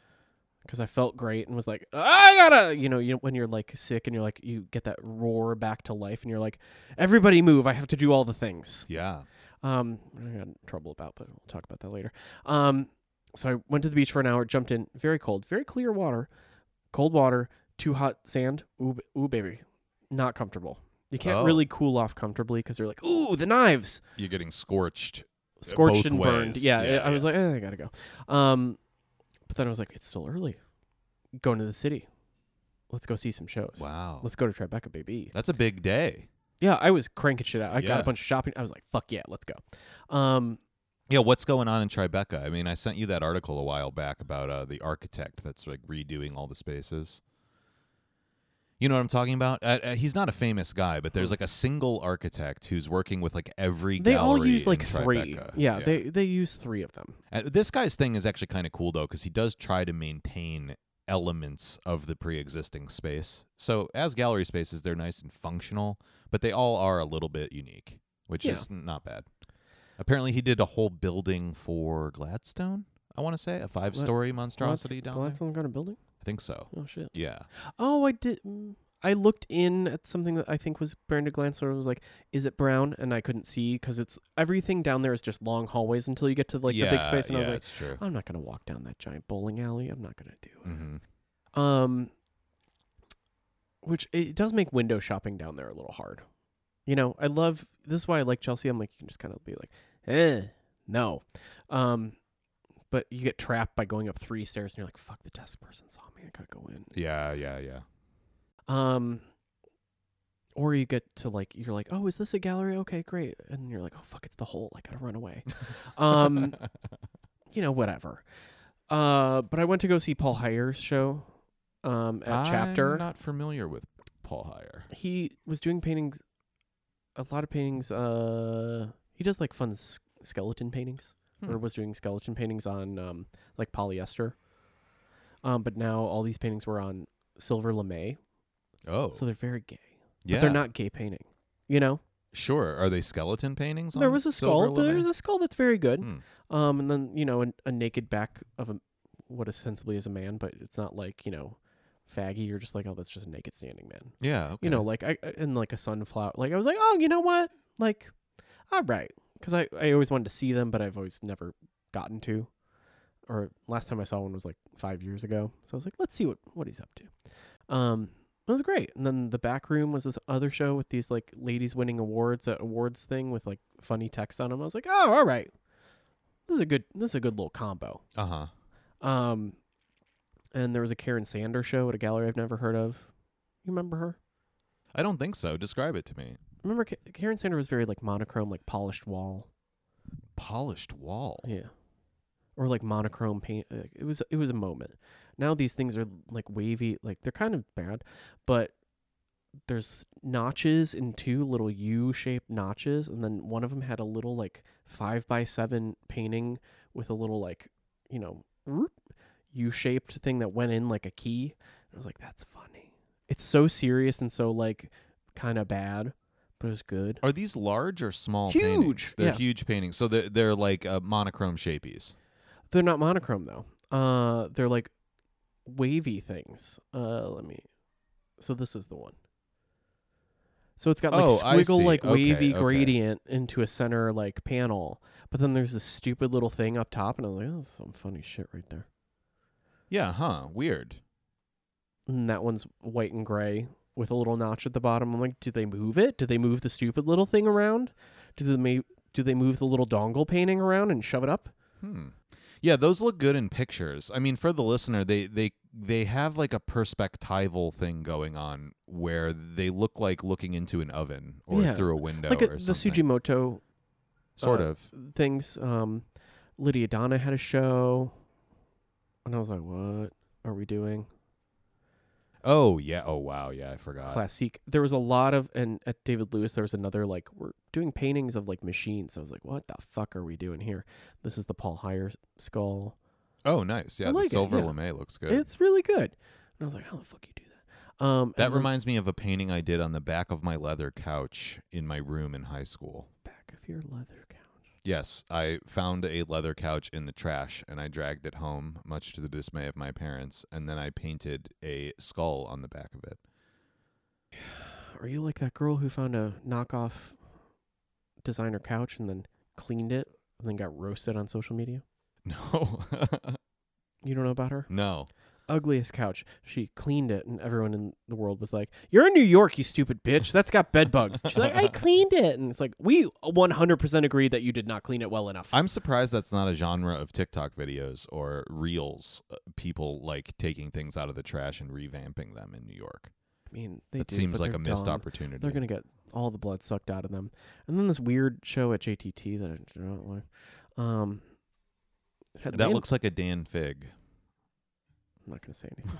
[SPEAKER 1] because I felt great and was like, I gotta, you know, you when you're like sick and you're like, you get that roar back to life and you're like, everybody move, I have to do all the things.
[SPEAKER 2] Yeah.
[SPEAKER 1] Um, I got in trouble about, but we'll talk about that later. Um, so I went to the beach for an hour, jumped in, very cold, very clear water, cold water, too hot sand. Ooh, b- ooh baby, not comfortable. You can't
[SPEAKER 2] Oh.
[SPEAKER 1] really cool off comfortably because they're like, ooh, the knives,
[SPEAKER 2] You're getting scorched.
[SPEAKER 1] scorched
[SPEAKER 2] both
[SPEAKER 1] and burned.
[SPEAKER 2] ways.
[SPEAKER 1] Yeah,
[SPEAKER 2] Yeah,
[SPEAKER 1] I was like, eh, I gotta go. Um, but then I was like, it's still early. Going to the city. Let's go see some shows.
[SPEAKER 2] Wow.
[SPEAKER 1] Let's go to Tribeca, baby.
[SPEAKER 2] That's a big day.
[SPEAKER 1] Yeah, I was cranking shit out. I got
[SPEAKER 2] Yeah.
[SPEAKER 1] a bunch of shopping. I was like, fuck yeah, let's go. Um,
[SPEAKER 2] Yeah, what's going on in Tribeca? I mean, I sent you that article a while back about uh, the architect that's like redoing all the spaces. You know what I'm talking about? Uh, uh, he's not a famous guy, but there's like a single architect who's working with like every.
[SPEAKER 1] Hmm. they all
[SPEAKER 2] gallery
[SPEAKER 1] use
[SPEAKER 2] in
[SPEAKER 1] like three
[SPEAKER 2] Tribeca.
[SPEAKER 1] yeah, they they use three of them
[SPEAKER 2] Uh, this guy's thing is actually kind of cool though, because he does try to maintain elements of the pre-existing space. So as gallery spaces, they're nice and functional, but they all are a little bit unique, which
[SPEAKER 1] Yeah.
[SPEAKER 2] is not bad. Apparently, he did a whole building for Gladstone. I want to say a five-story monstrosity down there.
[SPEAKER 1] Gladstone got a building
[SPEAKER 2] I think so.
[SPEAKER 1] oh shit
[SPEAKER 2] Yeah.
[SPEAKER 1] oh i did mm, i looked in at something that i think was branded glancer was like is it brown and i couldn't see because it's everything down there is just long hallways until you get to like
[SPEAKER 2] yeah,
[SPEAKER 1] the big space and
[SPEAKER 2] yeah,
[SPEAKER 1] i was like "Um,
[SPEAKER 2] it's true.
[SPEAKER 1] i'm not gonna walk down that giant bowling alley i'm not gonna do it
[SPEAKER 2] hmm
[SPEAKER 1] um which it does make window shopping down there a little hard you know i love this is why i like chelsea i'm like you can just kind of be like eh no um but you get trapped by going up three stairs and you're like fuck the desk person saw me i gotta go in
[SPEAKER 2] Yeah, yeah, yeah.
[SPEAKER 1] um or you get to like you're like oh is this a gallery okay great and you're like oh fuck it's the hole i gotta run away um you know whatever uh but i went to go see paul heyer's show um at chapter
[SPEAKER 2] I'm not familiar with Paul Heyer.
[SPEAKER 1] he was doing paintings a lot of paintings uh he does like fun s- skeleton paintings or
[SPEAKER 2] Hmm.
[SPEAKER 1] was doing skeleton paintings on um like polyester um but now all these paintings were on silver lame
[SPEAKER 2] Oh,
[SPEAKER 1] so they're very gay
[SPEAKER 2] yeah.
[SPEAKER 1] but they're not gay painting you know
[SPEAKER 2] Sure. Are they skeleton paintings?
[SPEAKER 1] there
[SPEAKER 2] on
[SPEAKER 1] was a
[SPEAKER 2] silver
[SPEAKER 1] skull there's
[SPEAKER 2] linen?
[SPEAKER 1] a skull that's very good
[SPEAKER 2] Hmm.
[SPEAKER 1] um and then you know an, a naked back of a what ostensibly is a man but it's not like you know faggy you're just like oh that's just a naked standing man
[SPEAKER 2] Yeah.
[SPEAKER 1] you know like i I- and like a sunflower like i was like oh you know what like all right because I, I always wanted to see them but i've always never gotten to or last time i saw one was like five years ago so i was like let's see what what he's up to um it was great and then the back room was this other show with these like ladies winning awards at awards thing with like funny text on them i was like oh all right this is a good this is a good little combo.
[SPEAKER 2] Uh huh.
[SPEAKER 1] Um, and there was a Karen Sander show at a gallery I've never heard of. You remember her?
[SPEAKER 2] I don't think so. Describe it to me.
[SPEAKER 1] Remember Ka- Karen Sander was very like monochrome, like polished wall.
[SPEAKER 2] Polished wall.
[SPEAKER 1] Yeah, or like monochrome paint. uh, It was it was a moment. Now these things are like wavy, like they're kind of bad, but there's notches in two little U-shaped notches, and then one of them had a little like five by seven painting with a little like you know whoop, U-shaped thing that went in like a key. I was like, that's funny. It's so serious and so like kind of bad, but it was good.
[SPEAKER 2] Are these large or small?
[SPEAKER 1] Huge!
[SPEAKER 2] paintings? They're
[SPEAKER 1] Yeah.
[SPEAKER 2] huge paintings. So they're they're like uh, monochrome shapies.
[SPEAKER 1] They're not monochrome though. Uh, they're like wavy things. Uh, let me. So this is the one. So it's got like
[SPEAKER 2] Oh, I
[SPEAKER 1] squiggle
[SPEAKER 2] see.
[SPEAKER 1] like
[SPEAKER 2] Okay,
[SPEAKER 1] wavy
[SPEAKER 2] okay.
[SPEAKER 1] gradient into a center like panel, but then there's this stupid little thing up top, and I'm like, oh, that's some funny shit right there.
[SPEAKER 2] Yeah. Huh. Weird.
[SPEAKER 1] And that one's white and gray with a little notch at the bottom. I'm like, do they move it? Do they move the stupid little thing around? Do they ma- do they move the little dongle painting around and shove it up?
[SPEAKER 2] Hmm. Yeah, those look good in pictures. I mean, for the listener, they they they have like a perspectival thing going on where they look like looking into an oven or
[SPEAKER 1] Yeah.
[SPEAKER 2] through a window
[SPEAKER 1] like uh,
[SPEAKER 2] or
[SPEAKER 1] the
[SPEAKER 2] something.
[SPEAKER 1] Sujimoto
[SPEAKER 2] sort
[SPEAKER 1] uh,
[SPEAKER 2] of.
[SPEAKER 1] things. Um, Lydia Donna had a show, and I was like, "What are we doing?"
[SPEAKER 2] Oh yeah. Oh wow. Yeah, I forgot.
[SPEAKER 1] Classique. There was a lot of, and at David Lewis, there was another like we're doing paintings of like machines. I was like, "What the fuck are we doing here?" This is the Paul Heyer skull.
[SPEAKER 2] oh nice. Yeah,
[SPEAKER 1] I like
[SPEAKER 2] the
[SPEAKER 1] it,
[SPEAKER 2] silver
[SPEAKER 1] yeah.
[SPEAKER 2] lame looks good.
[SPEAKER 1] It's really good. And I was like, "How the fuck you do that?" Um,
[SPEAKER 2] that
[SPEAKER 1] and then
[SPEAKER 2] reminds me of a painting I did on the back of my leather couch in my room in high school.
[SPEAKER 1] back of your leather couch.
[SPEAKER 2] Yes, I found a leather couch in the trash and I dragged it home, much to the dismay of my parents, and then I painted a skull on the back of it.
[SPEAKER 1] Are you like that girl who found a knockoff designer couch and then cleaned it and then got roasted on social media?
[SPEAKER 2] No.
[SPEAKER 1] You don't know about her?
[SPEAKER 2] no.
[SPEAKER 1] ugliest couch. She cleaned it, and everyone in the world was like, "You're in New York, you stupid bitch. That's got bed bugs." She's like, "I cleaned it," and it's like, "We 100% agree that you did not clean it well enough."
[SPEAKER 2] I'm surprised that's not a genre of TikTok videos or reels, uh, people like taking things out of the trash and revamping them in New York.
[SPEAKER 1] I mean, they
[SPEAKER 2] that
[SPEAKER 1] do,
[SPEAKER 2] seems
[SPEAKER 1] but
[SPEAKER 2] like
[SPEAKER 1] they're
[SPEAKER 2] a missed
[SPEAKER 1] dumb.
[SPEAKER 2] opportunity.
[SPEAKER 1] They're gonna get all the blood sucked out of them, and then this weird show at JTT that I do not like. Um, it had the
[SPEAKER 2] that
[SPEAKER 1] man-
[SPEAKER 2] looks like a Dan Fig.
[SPEAKER 1] I'm not gonna say anything.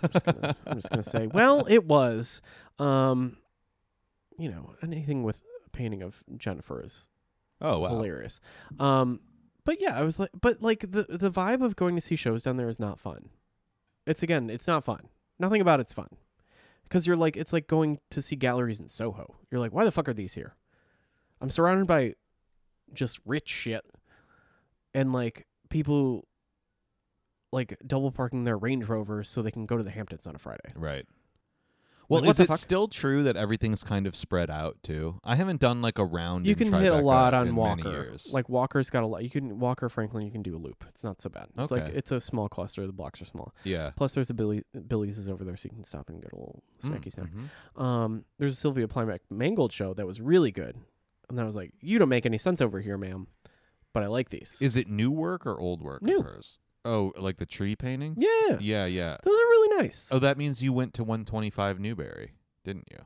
[SPEAKER 1] I'm just gonna, I'm just gonna say, well, it was. Um, you know, anything with a painting of Jennifer is
[SPEAKER 2] oh, wow.
[SPEAKER 1] hilarious. Um, but yeah, I was like, but like the the vibe of going to see shows down there is not fun. It's again, it's not fun. Nothing about it's fun because you're like, it's like going to see galleries in Soho. You're like, why the fuck are these here? I'm surrounded by just rich shit and like people like double parking their Range Rovers so they can go to the Hamptons on a Friday.
[SPEAKER 2] Right. Well,
[SPEAKER 1] what
[SPEAKER 2] is
[SPEAKER 1] the
[SPEAKER 2] it
[SPEAKER 1] fuck?
[SPEAKER 2] still true that everything's kind of spread out too? I haven't done like a round.
[SPEAKER 1] you
[SPEAKER 2] in
[SPEAKER 1] can hit a
[SPEAKER 2] Tribeca
[SPEAKER 1] lot on
[SPEAKER 2] in
[SPEAKER 1] Walker.
[SPEAKER 2] Many years.
[SPEAKER 1] Like Walker's got a lot. You can Walker Franklin. You can do a loop. It's not so bad. It's like
[SPEAKER 2] Okay.
[SPEAKER 1] it's a small cluster. The blocks are small.
[SPEAKER 2] yeah,
[SPEAKER 1] Plus, there's a Billy Billy's is over there, so you can stop and get a little snacky
[SPEAKER 2] Mm,
[SPEAKER 1] snack.
[SPEAKER 2] mhm.
[SPEAKER 1] Um, there's a Sylvia Plimack Mangold show that was really good, and I was like, "You don't make any sense over here, ma'am," but I like these.
[SPEAKER 2] Is it new work or old work? of
[SPEAKER 1] New.
[SPEAKER 2] hers? Oh, like the tree paintings.
[SPEAKER 1] yeah,
[SPEAKER 2] Yeah, yeah.
[SPEAKER 1] those are really nice.
[SPEAKER 2] Oh, that means you went to 125 Newberry, didn't you?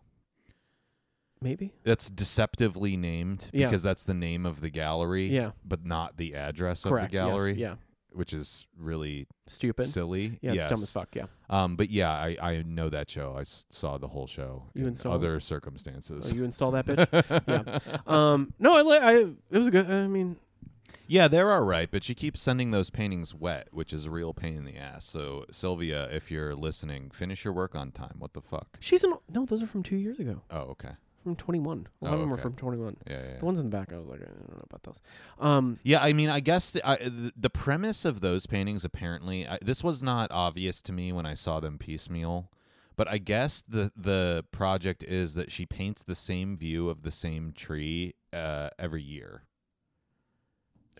[SPEAKER 1] Maybe.
[SPEAKER 2] That's deceptively named
[SPEAKER 1] Yeah.
[SPEAKER 2] because that's the name of the gallery,
[SPEAKER 1] Yeah.
[SPEAKER 2] but not the address
[SPEAKER 1] Correct.
[SPEAKER 2] of the gallery,
[SPEAKER 1] Yes. Yeah.
[SPEAKER 2] which is really
[SPEAKER 1] Stupid.
[SPEAKER 2] silly.
[SPEAKER 1] yeah, it's
[SPEAKER 2] yes.
[SPEAKER 1] dumb as fuck. Yeah.
[SPEAKER 2] Um, but yeah, I, I know that show. I s- saw the whole show
[SPEAKER 1] You
[SPEAKER 2] in
[SPEAKER 1] installed it?
[SPEAKER 2] other
[SPEAKER 1] Oh,
[SPEAKER 2] circumstances.
[SPEAKER 1] you install that bitch. yeah. Um. No, I. Li- I. It was good. I mean,
[SPEAKER 2] Yeah, they're all right, but she keeps sending those paintings wet, which is a real pain in the ass. So, Sylvia, if you're listening, finish your work on time. What the fuck?
[SPEAKER 1] she's an. No, those are from two years ago.
[SPEAKER 2] Oh, okay.
[SPEAKER 1] From 21.
[SPEAKER 2] Oh,
[SPEAKER 1] A lot of them were
[SPEAKER 2] okay.
[SPEAKER 1] from 21.
[SPEAKER 2] Yeah, yeah.
[SPEAKER 1] The
[SPEAKER 2] Yeah,
[SPEAKER 1] ones in the back, I was like, I don't know about those. Um.
[SPEAKER 2] Yeah, I mean, I guess the, I, th- the premise of those paintings apparently I, this was not obvious to me when I saw them piecemeal, but I guess the the project is that she paints the same view of the same tree uh, every year.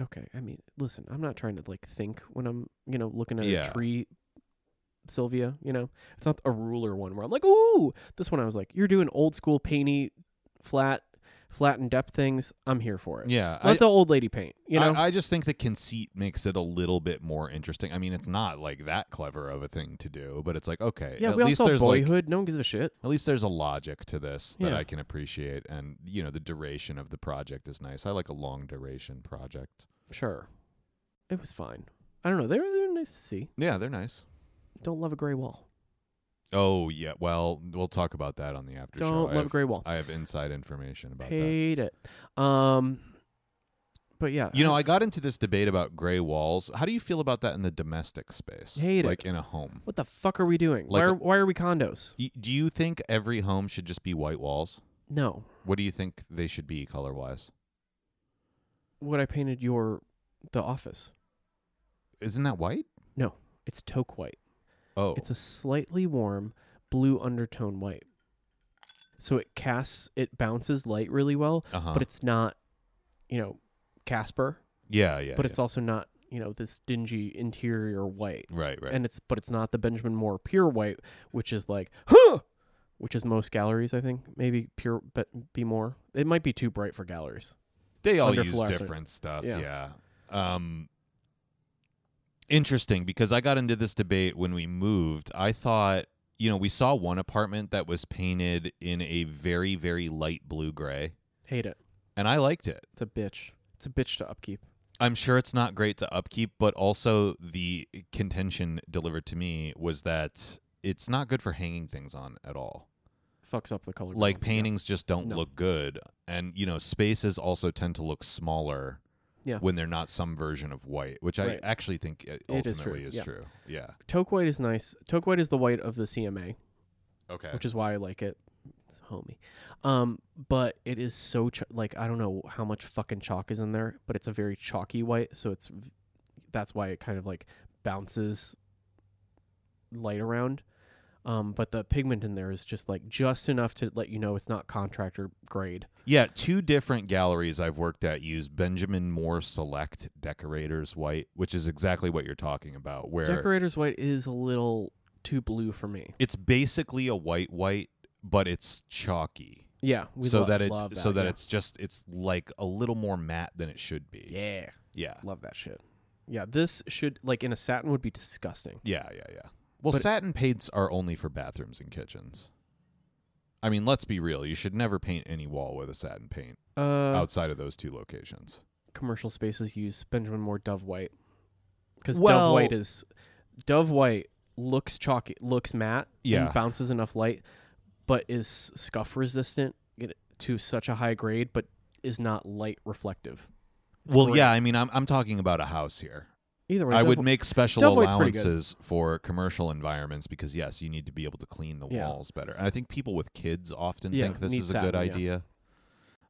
[SPEAKER 1] Okay, I mean, listen, I'm not trying to like think when I'm, you know, looking at
[SPEAKER 2] Yeah.
[SPEAKER 1] a tree, Sylvia. You know, it's not a ruler one where I'm like, ooh. This one I was like, you're doing old school painty, flat, flat and depth things, I'm here for it.
[SPEAKER 2] Yeah, I,
[SPEAKER 1] Let the old lady paint. You know,
[SPEAKER 2] I, I just think the conceit makes it a little bit more interesting. I mean, it's not like that clever of a thing to do, but it's like okay,
[SPEAKER 1] yeah.
[SPEAKER 2] at
[SPEAKER 1] we all
[SPEAKER 2] least
[SPEAKER 1] saw
[SPEAKER 2] there's like
[SPEAKER 1] Boyhood. no one gives a shit.
[SPEAKER 2] at least there's a logic to this that
[SPEAKER 1] Yeah.
[SPEAKER 2] I can appreciate, and you know the duration of the project is nice. I like a long duration project.
[SPEAKER 1] Sure, it was fine. I don't know. They were, they were nice to see.
[SPEAKER 2] Yeah, they're nice.
[SPEAKER 1] Don't love a gray wall.
[SPEAKER 2] Oh yeah, well we'll talk about that on the after show.
[SPEAKER 1] Don't
[SPEAKER 2] I
[SPEAKER 1] love a
[SPEAKER 2] have-
[SPEAKER 1] gray wall.
[SPEAKER 2] I have inside information about that.
[SPEAKER 1] Hate it. Um, but yeah,
[SPEAKER 2] You know, I got into this debate about gray walls. How do you feel about that in the domestic space?
[SPEAKER 1] Hate it.
[SPEAKER 2] like in a home.
[SPEAKER 1] what the fuck are we doing?
[SPEAKER 2] Like
[SPEAKER 1] why,
[SPEAKER 2] a-
[SPEAKER 1] are, why are we condos?
[SPEAKER 2] Y- Do you think every home should just be white walls?
[SPEAKER 1] No,
[SPEAKER 2] What do you think they should be color wise?
[SPEAKER 1] what I painted your the office.
[SPEAKER 2] Isn't that white?
[SPEAKER 1] It's taupe white.
[SPEAKER 2] Oh,
[SPEAKER 1] It's a slightly warm blue undertone white. So it casts, it bounces light really well,
[SPEAKER 2] uh-huh.
[SPEAKER 1] but it's not, you know, Casper,
[SPEAKER 2] yeah, yeah.
[SPEAKER 1] but it's also not, you know, this dingy interior white.
[SPEAKER 2] yeah. right, right.
[SPEAKER 1] And it's, but it's not the Benjamin Moore pure white, which is like, huh, which is most galleries, I think. Maybe pure, but be more. It might be too bright for galleries.
[SPEAKER 2] they all
[SPEAKER 1] under
[SPEAKER 2] use
[SPEAKER 1] fluorescent.
[SPEAKER 2] different stuff. Yeah.
[SPEAKER 1] Yeah.
[SPEAKER 2] Um, interesting because I got into this debate when we moved. I thought, you know, we saw one apartment that was painted in a very, very light blue gray,
[SPEAKER 1] Hate it.
[SPEAKER 2] and I liked it.
[SPEAKER 1] It's a bitch. It's a bitch to upkeep.
[SPEAKER 2] I'm sure it's not great to upkeep, but also the contention delivered to me was that it's not good for hanging things on at all.
[SPEAKER 1] Fucks up the color.
[SPEAKER 2] Like
[SPEAKER 1] balance, yeah.
[SPEAKER 2] paintings just don't
[SPEAKER 1] No.
[SPEAKER 2] look good, and you know spaces also tend to look smaller
[SPEAKER 1] Yeah.
[SPEAKER 2] when they're not some version of white, which I
[SPEAKER 1] Right.
[SPEAKER 2] actually think uh,
[SPEAKER 1] It is
[SPEAKER 2] ultimately
[SPEAKER 1] true,
[SPEAKER 2] is
[SPEAKER 1] yeah.
[SPEAKER 2] true. Yeah.
[SPEAKER 1] Taupe white is nice. Taupe white is the white of the CMA.
[SPEAKER 2] Okay.
[SPEAKER 1] which is why I like it. It's homey. Um, but it is so ch- like I don't know how much fucking chalk is in there, but it's a very chalky white, so it's v- that's why it kind of like bounces light around. Um, but the pigment in there is just like just enough to let you know it's not contractor grade.
[SPEAKER 2] yeah, two different galleries I've worked at use Benjamin Moore Select Decorators White, which is exactly what you're talking about, where
[SPEAKER 1] Decorator's white is a little too blue for me.
[SPEAKER 2] it's basically a white white, but it's chalky.
[SPEAKER 1] Yeah, we
[SPEAKER 2] so
[SPEAKER 1] lo-
[SPEAKER 2] that it
[SPEAKER 1] love that,
[SPEAKER 2] so that
[SPEAKER 1] yeah.
[SPEAKER 2] it's just it's like a little more matte than it should be.
[SPEAKER 1] yeah,
[SPEAKER 2] Yeah.
[SPEAKER 1] love that shit. Yeah, this should like in a satin would be disgusting.
[SPEAKER 2] Yeah, yeah, yeah. Well,
[SPEAKER 1] But-
[SPEAKER 2] satin paints are only for bathrooms and kitchens. I mean, let's be real. You should never paint any wall with a satin paint
[SPEAKER 1] Uh,
[SPEAKER 2] outside of those two locations.
[SPEAKER 1] commercial spaces use Benjamin Moore Dove White because
[SPEAKER 2] Well-
[SPEAKER 1] Dove White is Dove White looks chalky, looks matte,
[SPEAKER 2] Yeah.
[SPEAKER 1] and bounces enough light, but is scuff resistant it- to such a high grade, but is not light reflective. It's
[SPEAKER 2] well,
[SPEAKER 1] great.
[SPEAKER 2] yeah. I mean, I'm I'm talking about a house here.
[SPEAKER 1] Either way,
[SPEAKER 2] I
[SPEAKER 1] Dove
[SPEAKER 2] would
[SPEAKER 1] Wh-
[SPEAKER 2] make special
[SPEAKER 1] Dove White's pretty good.
[SPEAKER 2] allowances for commercial environments because yes, you need to be able to clean the
[SPEAKER 1] Yeah.
[SPEAKER 2] walls better. And I think people with kids often
[SPEAKER 1] Yeah,
[SPEAKER 2] think this
[SPEAKER 1] need
[SPEAKER 2] is a good
[SPEAKER 1] satin, yeah.
[SPEAKER 2] idea.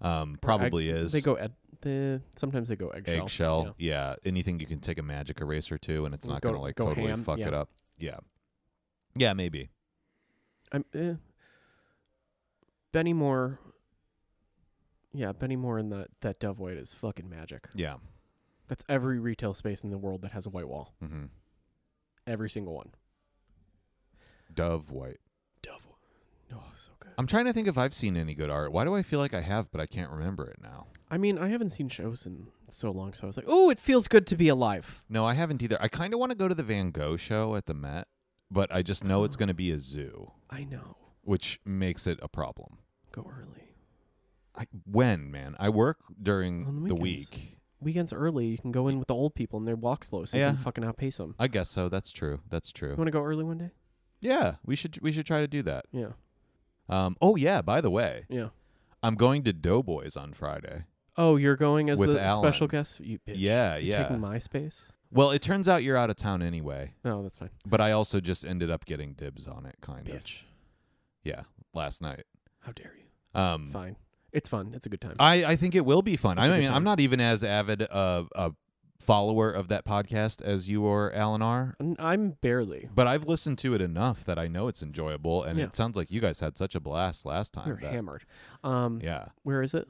[SPEAKER 2] Um, probably
[SPEAKER 1] I-
[SPEAKER 2] is.
[SPEAKER 1] They go ed- the sometimes they go eggshell.
[SPEAKER 2] eggshell. Yeah. anything you can take a magic eraser to, and it's
[SPEAKER 1] And
[SPEAKER 2] not
[SPEAKER 1] go-
[SPEAKER 2] going to like
[SPEAKER 1] go
[SPEAKER 2] totally
[SPEAKER 1] ham,
[SPEAKER 2] fuck
[SPEAKER 1] yeah.
[SPEAKER 2] it up. Yeah, yeah, maybe.
[SPEAKER 1] Yeah. I'm, eh. Benny Moore. Yeah, Benny Moore and that that Dove White is fucking magic.
[SPEAKER 2] Yeah.
[SPEAKER 1] That's every retail space in the world that has a white wall.
[SPEAKER 2] Mm-hmm.
[SPEAKER 1] Every single one.
[SPEAKER 2] Dove white.
[SPEAKER 1] Dove. Oh, so good.
[SPEAKER 2] I'm trying to think if I've seen any good art. Why do I feel like I have, but I can't remember it now?
[SPEAKER 1] I mean, I haven't seen shows in so long, so I was like, "Oh, it feels good to be alive."
[SPEAKER 2] No, I haven't either. I kind of want to go to the Van Gogh show at the Met, but I just know it's
[SPEAKER 1] Oh.
[SPEAKER 2] going to be a zoo,
[SPEAKER 1] I know.
[SPEAKER 2] which makes it a problem.
[SPEAKER 1] Go early.
[SPEAKER 2] I, when, man? I work
[SPEAKER 1] On
[SPEAKER 2] during
[SPEAKER 1] the
[SPEAKER 2] the
[SPEAKER 1] weekends.
[SPEAKER 2] week.
[SPEAKER 1] Weekends early, you can go in with the old people and they walk slow, so you
[SPEAKER 2] Yeah.
[SPEAKER 1] can fucking outpace them.
[SPEAKER 2] I guess so. That's true. That's
[SPEAKER 1] You
[SPEAKER 2] true.
[SPEAKER 1] want to go early one day?
[SPEAKER 2] Yeah, we should we should try to do that.
[SPEAKER 1] Yeah,
[SPEAKER 2] Um, oh yeah, by the way,
[SPEAKER 1] yeah.
[SPEAKER 2] I'm going to Doughboys on Friday.
[SPEAKER 1] Oh, you're going as
[SPEAKER 2] With
[SPEAKER 1] the special
[SPEAKER 2] Alan.
[SPEAKER 1] guest? You bitch.
[SPEAKER 2] Yeah,
[SPEAKER 1] You're
[SPEAKER 2] yeah.
[SPEAKER 1] Taking my space?
[SPEAKER 2] Well, it turns out you're out of town anyway,
[SPEAKER 1] No, that's fine.
[SPEAKER 2] but I also just ended up getting dibs on it, kind of.
[SPEAKER 1] Bitch.
[SPEAKER 2] Yeah, last night.
[SPEAKER 1] How dare you?
[SPEAKER 2] Um,
[SPEAKER 1] Fine. It's fun. It's a good time.
[SPEAKER 2] I I think it will be fun.
[SPEAKER 1] It's a
[SPEAKER 2] I
[SPEAKER 1] good
[SPEAKER 2] mean, I'm
[SPEAKER 1] time.
[SPEAKER 2] not even as avid a, a follower of that podcast as you or Alan are,
[SPEAKER 1] N- I'm barely.
[SPEAKER 2] but I've listened to it enough that I know it's enjoyable, and
[SPEAKER 1] Yeah.
[SPEAKER 2] it sounds like you guys had such a blast last time.
[SPEAKER 1] You're
[SPEAKER 2] that-
[SPEAKER 1] hammered. Um,
[SPEAKER 2] yeah.
[SPEAKER 1] where is it?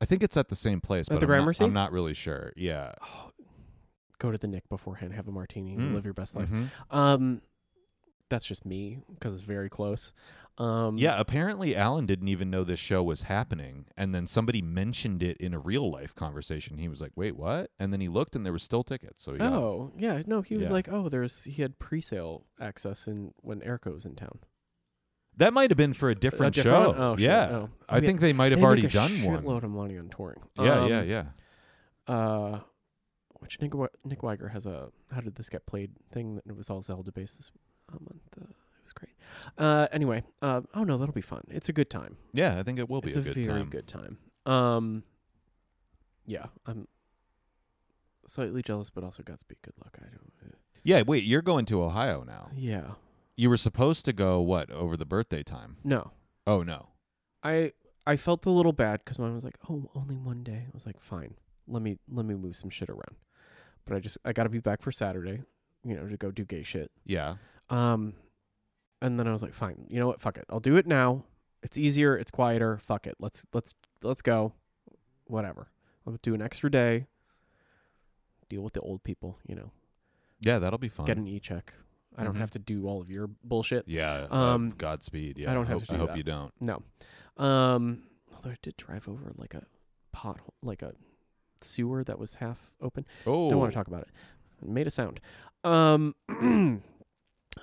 [SPEAKER 2] I think it's at the same place,
[SPEAKER 1] At
[SPEAKER 2] but
[SPEAKER 1] the
[SPEAKER 2] I'm, not,
[SPEAKER 1] Gramercy?
[SPEAKER 2] I'm not really sure. Yeah.
[SPEAKER 1] Oh, go to the Nick beforehand, have a martini,
[SPEAKER 2] Mm.
[SPEAKER 1] live your best life.
[SPEAKER 2] Mhm.
[SPEAKER 1] Um, that's just me because it's very close. Um,
[SPEAKER 2] Yeah, apparently Alan didn't even know this show was happening, and then somebody mentioned it in a real life conversation. He was like, "Wait, what?" And then he looked, and there were still tickets. So he got-
[SPEAKER 1] Oh yeah, no, he was
[SPEAKER 2] Yeah.
[SPEAKER 1] like, oh, there's he had pre-sale access in when Erico was in town.
[SPEAKER 2] that might have been for a different,
[SPEAKER 1] different
[SPEAKER 2] show.
[SPEAKER 1] one? Oh, shit,
[SPEAKER 2] yeah,
[SPEAKER 1] oh.
[SPEAKER 2] I
[SPEAKER 1] Yeah,
[SPEAKER 2] think they might have
[SPEAKER 1] They make
[SPEAKER 2] already
[SPEAKER 1] a
[SPEAKER 2] done one.
[SPEAKER 1] Shitload of money on touring.
[SPEAKER 2] Yeah,
[SPEAKER 1] Um,
[SPEAKER 2] yeah, yeah.
[SPEAKER 1] Uh, which Nick Wi- Nick Weiger has a how did this get played thing that it was all Zelda based this uh, month. Uh, it was great. Uh, anyway, uh, oh no, that'll be fun. It's a good time.
[SPEAKER 2] Yeah, I think it will be
[SPEAKER 1] it's
[SPEAKER 2] a
[SPEAKER 1] a,
[SPEAKER 2] good
[SPEAKER 1] very
[SPEAKER 2] time.
[SPEAKER 1] good time. Um, yeah, I'm slightly jealous, but also Godspeed. Good luck. I don't.
[SPEAKER 2] Yeah, wait, you're going to Ohio now.
[SPEAKER 1] Yeah,
[SPEAKER 2] You were supposed to go what over the birthday time?
[SPEAKER 1] no,
[SPEAKER 2] Oh no.
[SPEAKER 1] I I felt a little bad because mine was like, oh, only one day. I was like, fine, let me let me move some shit around. But I just I got to be back for Saturday, you know, to go do gay shit.
[SPEAKER 2] Yeah.
[SPEAKER 1] Um, and then I was like, fine, you know what? Fuck it. I'll do it now. It's easier. It's quieter. Fuck it. Let's let's let's go. Whatever. I'll do an extra day. Deal with the old people. You know,
[SPEAKER 2] Yeah, that'll be fun.
[SPEAKER 1] get an e check. I don't
[SPEAKER 2] Mhm.
[SPEAKER 1] have to do all of your bullshit.
[SPEAKER 2] yeah.
[SPEAKER 1] Um,
[SPEAKER 2] uh, Godspeed. Yeah.
[SPEAKER 1] I don't have
[SPEAKER 2] hope,
[SPEAKER 1] to
[SPEAKER 2] I
[SPEAKER 1] do
[SPEAKER 2] hope
[SPEAKER 1] that.
[SPEAKER 2] you don't.
[SPEAKER 1] No. Um, although I did drive over like a pothole, like a sewer that was half open.
[SPEAKER 2] Oh.
[SPEAKER 1] Don't want to talk about it. It made a sound. Um,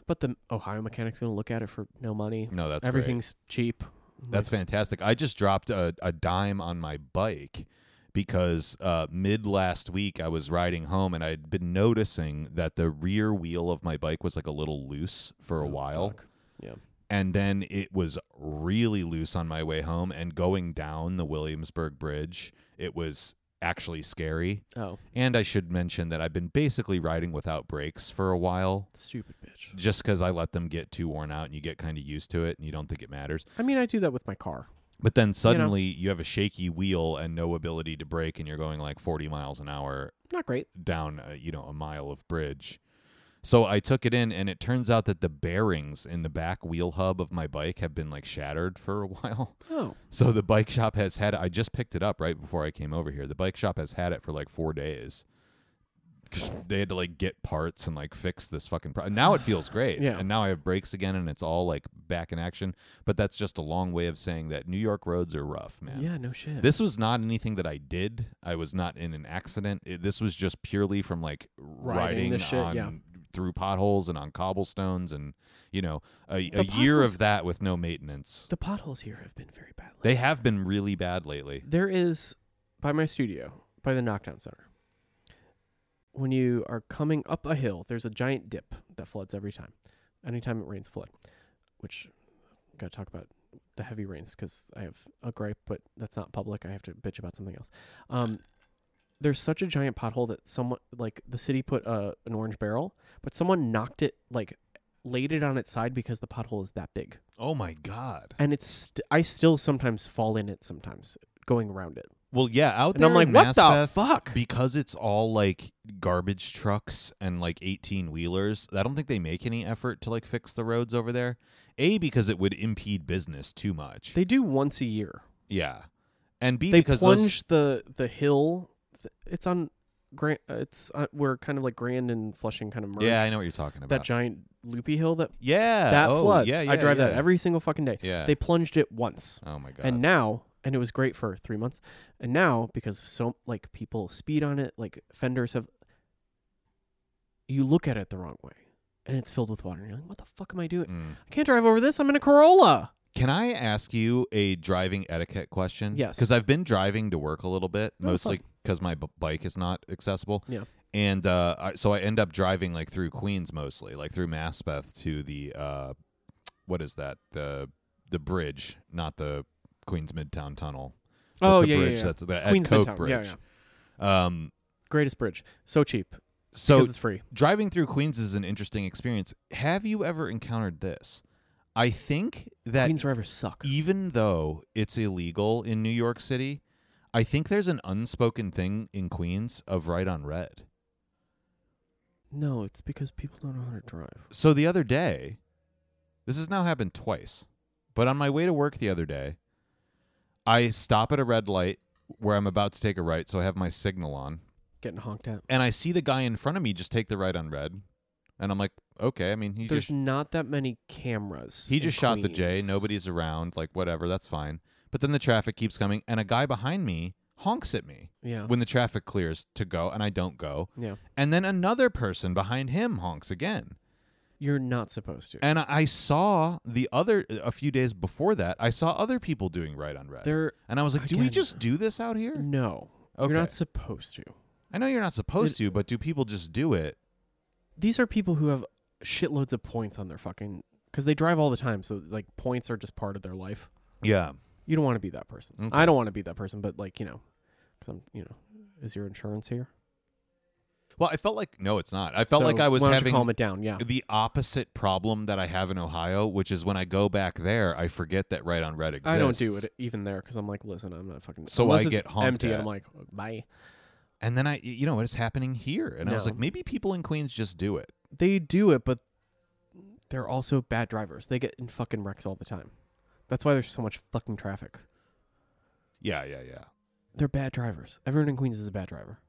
[SPEAKER 1] but the Ohio mechanic's gonna look at it for no money.
[SPEAKER 2] No, that's great.
[SPEAKER 1] Everything's cheap. I'm
[SPEAKER 2] That's
[SPEAKER 1] like,
[SPEAKER 2] fantastic. I just dropped a, a dime on my bike because uh, mid last week I was riding home and I'd been noticing that the rear wheel of my bike was like a little loose for a
[SPEAKER 1] oh,
[SPEAKER 2] while.
[SPEAKER 1] fuck. Yeah.
[SPEAKER 2] And then it was really loose on my way home and going down the Williamsburg Bridge, it was actually scary.
[SPEAKER 1] Oh,
[SPEAKER 2] And I should mention that I've been basically riding without brakes for a while
[SPEAKER 1] stupid bitch.
[SPEAKER 2] just because I let them get too worn out and you get kind of used to it and you don't think it matters.
[SPEAKER 1] I mean, I do that with my car.
[SPEAKER 2] But then suddenly you, have a shaky wheel and no ability to brake, and you're going like 40 miles an hour
[SPEAKER 1] Not great.
[SPEAKER 2] down, uh, you know, a mile of bridge. So I took it in, and it turns out that the bearings in the back wheel hub of my bike have been like shattered for a while.
[SPEAKER 1] Oh,
[SPEAKER 2] So the bike shop has had. I just picked it up right before I came over here. The bike shop has had it for like four days. 'Cause They had to like get parts and like fix this fucking. Pro- now it feels great,
[SPEAKER 1] Yeah.
[SPEAKER 2] And now I have brakes again, and it's all like back in action. But that's just a long way of saying that New York roads are rough, man.
[SPEAKER 1] yeah, no shit.
[SPEAKER 2] This was not anything that I did. I was not in an accident. It, this was just purely from like riding,
[SPEAKER 1] Riding the shit,
[SPEAKER 2] on
[SPEAKER 1] yeah.
[SPEAKER 2] through potholes and on cobblestones, and you know, a,
[SPEAKER 1] The
[SPEAKER 2] a year
[SPEAKER 1] potholes-
[SPEAKER 2] of that with no maintenance.
[SPEAKER 1] the potholes here have been very bad.
[SPEAKER 2] They have been really bad lately.
[SPEAKER 1] There is by my studio, by the knockdown center. When you are coming up a hill, there's a giant dip that floods every time. Anytime it rains, flood. Which got to talk about the heavy rains because I have a gripe, but that's not public. I have to bitch about something else. Um, there's such a giant pothole that someone, like the city, put uh, an orange barrel, but someone knocked it, like laid it on its side because the pothole is that big
[SPEAKER 2] Oh my god.
[SPEAKER 1] and it's st- I still sometimes fall in it sometimes going around it.
[SPEAKER 2] Well, yeah, out
[SPEAKER 1] And
[SPEAKER 2] there
[SPEAKER 1] I'm like,
[SPEAKER 2] in
[SPEAKER 1] what the
[SPEAKER 2] Maspeth,
[SPEAKER 1] fuck?
[SPEAKER 2] Because it's all like garbage trucks and like eighteen wheelers. I don't think they make any effort to like fix the roads over there. A because it would impede business too much.
[SPEAKER 1] They do once a year.
[SPEAKER 2] yeah, and B
[SPEAKER 1] They
[SPEAKER 2] because those
[SPEAKER 1] plunge the the hill. th- It's on Grand. uh, It's uh, we're kind of like Grand and Flushing kind of merge.
[SPEAKER 2] Yeah, I know what you're talking about.
[SPEAKER 1] that giant loopy hill that
[SPEAKER 2] yeah,
[SPEAKER 1] that
[SPEAKER 2] oh,
[SPEAKER 1] floods.
[SPEAKER 2] Yeah, yeah,
[SPEAKER 1] I drive that
[SPEAKER 2] yeah.
[SPEAKER 1] every single fucking day.
[SPEAKER 2] Yeah.
[SPEAKER 1] They plunged it once,
[SPEAKER 2] oh my god.
[SPEAKER 1] and now and it was great for three months, and now because so like people speed on it, like fenders have. You look at it the wrong way, and it's filled with water. And you're like, what the fuck am I doing?
[SPEAKER 2] Mm.
[SPEAKER 1] I can't drive over this. I'm in a Corolla.
[SPEAKER 2] Can I ask you a driving etiquette question?
[SPEAKER 1] Yes.
[SPEAKER 2] Because I've been driving to work a little bit,
[SPEAKER 1] Oh,
[SPEAKER 2] mostly
[SPEAKER 1] fun.
[SPEAKER 2] because my b- bike is not accessible.
[SPEAKER 1] Yeah.
[SPEAKER 2] And uh, I, so I end up driving like through Queens mostly, like through Maspeth to the uh, what is that? The the bridge, not the Queens Midtown Tunnel. but
[SPEAKER 1] Oh,
[SPEAKER 2] the
[SPEAKER 1] yeah, yeah,
[SPEAKER 2] bridge
[SPEAKER 1] yeah.
[SPEAKER 2] That's the
[SPEAKER 1] Queens
[SPEAKER 2] Ed Koch
[SPEAKER 1] Midtown, yeah,
[SPEAKER 2] Bridge. Um.
[SPEAKER 1] Greatest bridge. So cheap.
[SPEAKER 2] So
[SPEAKER 1] because it's free.
[SPEAKER 2] driving through Queens is an interesting experience. Have you ever encountered this? I think that
[SPEAKER 1] Queens drivers suck.
[SPEAKER 2] even though it's illegal in New York City, I think there's an unspoken thing in Queens of right on red.
[SPEAKER 1] No, it's because people don't know how to drive.
[SPEAKER 2] So the other day, this has now happened twice, but on my way to work the other day, I stop at a red light where I'm about to take a right, so I have my signal on,
[SPEAKER 1] Getting honked at.
[SPEAKER 2] and I see the guy in front of me just take the right on red. And I'm like, okay. I mean, he
[SPEAKER 1] There's
[SPEAKER 2] just
[SPEAKER 1] not that many cameras.
[SPEAKER 2] he
[SPEAKER 1] in
[SPEAKER 2] just shot the J.
[SPEAKER 1] Queens.
[SPEAKER 2] Nobody's around. Like whatever, that's fine. But then the traffic keeps coming, and a guy behind me honks at me
[SPEAKER 1] Yeah.
[SPEAKER 2] when the traffic clears to go, and I don't go.
[SPEAKER 1] yeah.
[SPEAKER 2] And then another person behind him honks again.
[SPEAKER 1] You're not supposed to.
[SPEAKER 2] And I- I saw the other uh, a few days before that. I saw other people doing right on red,
[SPEAKER 1] There.
[SPEAKER 2] and I was like, do we
[SPEAKER 1] again-
[SPEAKER 2] just do this out here?
[SPEAKER 1] No.
[SPEAKER 2] Okay.
[SPEAKER 1] You're not supposed to.
[SPEAKER 2] I know you're not supposed
[SPEAKER 1] It-
[SPEAKER 2] to, but do people just do it?
[SPEAKER 1] These are people who have shitloads of points on their fucking because they drive all the time. So like points are just part of their life.
[SPEAKER 2] Yeah.
[SPEAKER 1] You don't want to be that person.
[SPEAKER 2] Okay.
[SPEAKER 1] I don't want to be that person. But like you know, 'cause I'm you know, is your insurance here?
[SPEAKER 2] Well, I felt like no, it's not. I felt
[SPEAKER 1] So
[SPEAKER 2] like I was
[SPEAKER 1] why don't you
[SPEAKER 2] having
[SPEAKER 1] calm it down. Yeah.
[SPEAKER 2] the opposite problem that I have in Ohio, which is when I go back there, I forget that right on red exists.
[SPEAKER 1] I don't do it even there because I'm like, listen, I'm not fucking.
[SPEAKER 2] So
[SPEAKER 1] unless
[SPEAKER 2] I
[SPEAKER 1] it's
[SPEAKER 2] get honked
[SPEAKER 1] empty.
[SPEAKER 2] at.
[SPEAKER 1] And I'm like, bye.
[SPEAKER 2] And then I, you know, what is happening here? And I was
[SPEAKER 1] No.
[SPEAKER 2] like, maybe people in Queens just do it.
[SPEAKER 1] They do it, but they're also bad drivers. They get in fucking wrecks all the time. That's why there's so much fucking traffic.
[SPEAKER 2] Yeah, yeah, yeah.
[SPEAKER 1] They're bad drivers. Everyone in Queens is a bad driver.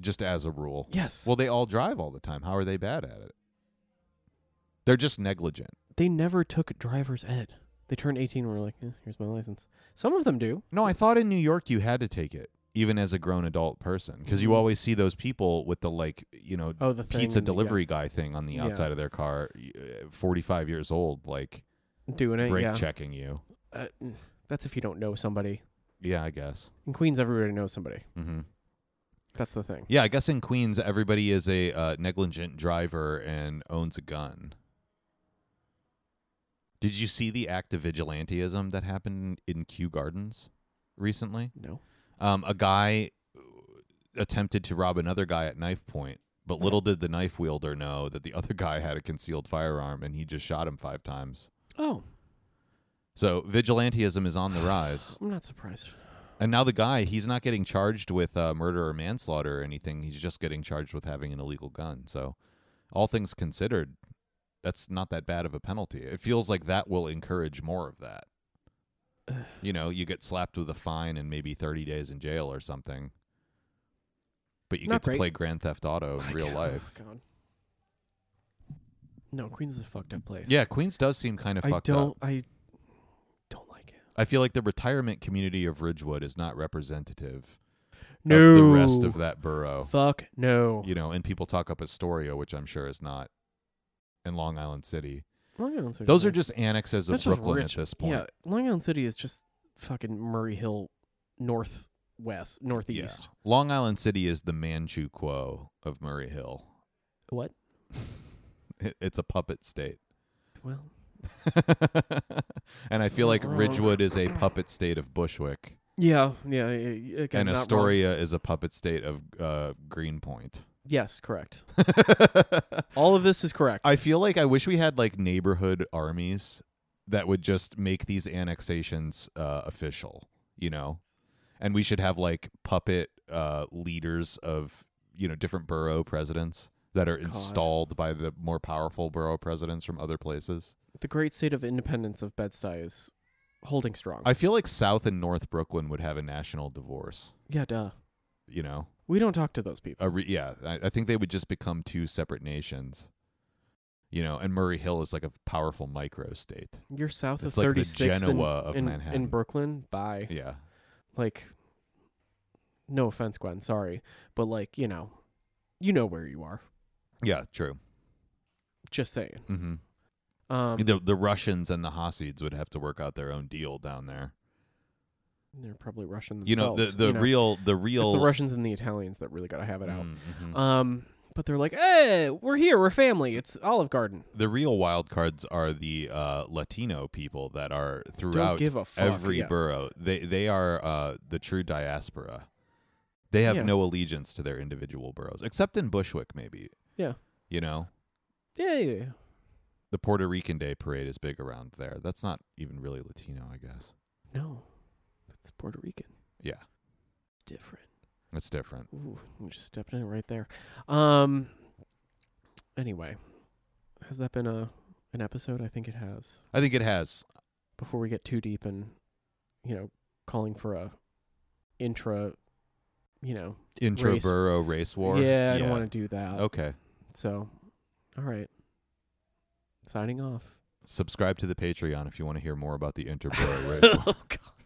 [SPEAKER 2] Just as a rule.
[SPEAKER 1] Yes.
[SPEAKER 2] Well, they all drive all the time. How are they bad at it? They're just negligent.
[SPEAKER 1] they never took driver's ed. They turned 18 and were like, eh, here's my license. Some of them do.
[SPEAKER 2] No, I thought in New York you had to take it, even as a grown adult person, because you
[SPEAKER 1] Mhm.
[SPEAKER 2] always see those people with the like, you know,
[SPEAKER 1] Oh, the thing
[SPEAKER 2] pizza
[SPEAKER 1] and the- yeah.
[SPEAKER 2] delivery guy thing on the
[SPEAKER 1] Yeah.
[SPEAKER 2] outside of their car, y- uh, 45 years old, like
[SPEAKER 1] doing it.
[SPEAKER 2] brake
[SPEAKER 1] yeah.
[SPEAKER 2] checking you.
[SPEAKER 1] Uh, mm, that's if you don't know somebody.
[SPEAKER 2] Yeah, I guess.
[SPEAKER 1] In Queens, everybody knows somebody.
[SPEAKER 2] hmm
[SPEAKER 1] That's the thing.
[SPEAKER 2] Yeah, I guess in Queens, everybody is a uh, negligent driver and owns a gun. Did you see the act of vigilantism that happened in Kew Gardens recently?
[SPEAKER 1] No.
[SPEAKER 2] Um, a guy uh, attempted to rob another guy at knife point, but little did the knife wielder know that the other guy had a concealed firearm and he just shot him five times.
[SPEAKER 1] Oh,
[SPEAKER 2] So vigilantism is on the rise.
[SPEAKER 1] I'm not surprised.
[SPEAKER 2] And now the guy, he's not getting charged with uh, murder or manslaughter or anything. He's just getting charged with having an illegal gun. So, all things considered, that's not that bad of a penalty. It feels like that will encourage more of that. You know, you get slapped with a fine and maybe 30 days in jail or something. But you
[SPEAKER 1] Not
[SPEAKER 2] get to
[SPEAKER 1] great.
[SPEAKER 2] play Grand Theft Auto in
[SPEAKER 1] I
[SPEAKER 2] real
[SPEAKER 1] can't-
[SPEAKER 2] life.
[SPEAKER 1] Oh, God. No, Queens is a fucked up place.
[SPEAKER 2] Yeah, Queens does seem kind of
[SPEAKER 1] I
[SPEAKER 2] fucked
[SPEAKER 1] don't.
[SPEAKER 2] up.
[SPEAKER 1] I don't like it.
[SPEAKER 2] I feel like the retirement community of Ridgewood is not representative
[SPEAKER 1] No.
[SPEAKER 2] of the rest of that borough.
[SPEAKER 1] Fuck no.
[SPEAKER 2] you know, and people talk up Astoria, which I'm sure is not, and Long Island City.
[SPEAKER 1] Long Island City.
[SPEAKER 2] Those are just annexes of
[SPEAKER 1] That's just
[SPEAKER 2] Brooklyn
[SPEAKER 1] rich.
[SPEAKER 2] at this point.
[SPEAKER 1] Yeah, Long Island City is just fucking Murray Hill, northwest,
[SPEAKER 2] Yeah.
[SPEAKER 1] northeast.
[SPEAKER 2] Long Island City is the Manchukuo of Murray Hill.
[SPEAKER 1] What?
[SPEAKER 2] It- It's a puppet state.
[SPEAKER 1] Well,
[SPEAKER 2] and I feel like
[SPEAKER 1] Wrong.
[SPEAKER 2] Ridgewood is a puppet state of Bushwick,
[SPEAKER 1] yeah, yeah. yeah, Again,
[SPEAKER 2] and
[SPEAKER 1] not wrong.
[SPEAKER 2] Astoria is a puppet state of uh, Greenpoint.
[SPEAKER 1] Yes, correct. All of this is correct.
[SPEAKER 2] I feel like I wish we had like neighborhood armies that would just make these annexations uh, official, you know? And we should have like puppet uh, leaders of, you know, different borough presidents that are
[SPEAKER 1] God.
[SPEAKER 2] installed by the more powerful borough presidents from other places.
[SPEAKER 1] the great state of independence of Bed-Stuy is holding strong.
[SPEAKER 2] I feel like South and North Brooklyn would have a national divorce,
[SPEAKER 1] yeah, duh.
[SPEAKER 2] you know?
[SPEAKER 1] We don't talk to those people.
[SPEAKER 2] A re- yeah, I, I think they would just become two separate nations. You know, and Murray Hill is like a powerful micro state.
[SPEAKER 1] You're south of
[SPEAKER 2] It's like the
[SPEAKER 1] 36th in-
[SPEAKER 2] Genoa of
[SPEAKER 1] in,
[SPEAKER 2] Manhattan.
[SPEAKER 1] in Brooklyn. Bye.
[SPEAKER 2] Yeah.
[SPEAKER 1] Like, no offense, Gwen. Sorry, but like, you know, you know where you are.
[SPEAKER 2] Yeah, true.
[SPEAKER 1] Just saying.
[SPEAKER 2] hmm
[SPEAKER 1] Um,
[SPEAKER 2] the the Russians and the Hasids would have to work out their own deal down there.
[SPEAKER 1] they're probably Russian
[SPEAKER 2] You know,
[SPEAKER 1] themselves.
[SPEAKER 2] the the real the real
[SPEAKER 1] It's the Russians and the Italians that really got to have it out.
[SPEAKER 2] Mm, mhm.
[SPEAKER 1] Um, but they're like, hey, we're here, we're family. It's Olive Garden.
[SPEAKER 2] the real wild cards are the uh, Latino people that are throughout
[SPEAKER 1] give a fuck,
[SPEAKER 2] every
[SPEAKER 1] yeah.
[SPEAKER 2] borough. They they are uh, the true diaspora. They have
[SPEAKER 1] Yeah.
[SPEAKER 2] no allegiance to their individual boroughs, except in Bushwick, maybe.
[SPEAKER 1] Yeah.
[SPEAKER 2] You know,
[SPEAKER 1] Yeah, yeah, yeah.
[SPEAKER 2] the Puerto Rican Day parade is big around there. That's not even really Latino, I guess.
[SPEAKER 1] No, that's Puerto Rican.
[SPEAKER 2] Yeah,
[SPEAKER 1] Different.
[SPEAKER 2] that's different.
[SPEAKER 1] Ooh, you just stepped in right there. Um. Anyway, has that been a an episode? I think it has.
[SPEAKER 2] I think it has.
[SPEAKER 1] Before we get too deep and, you know, calling for a intra, you know,
[SPEAKER 2] Intro
[SPEAKER 1] Race-
[SPEAKER 2] borough race war. Oh.
[SPEAKER 1] yeah, I don't want to do that.
[SPEAKER 2] Okay.
[SPEAKER 1] So All right. Signing off.
[SPEAKER 2] Subscribe to the Patreon if you want to hear more about the Interboro racial.
[SPEAKER 1] oh God.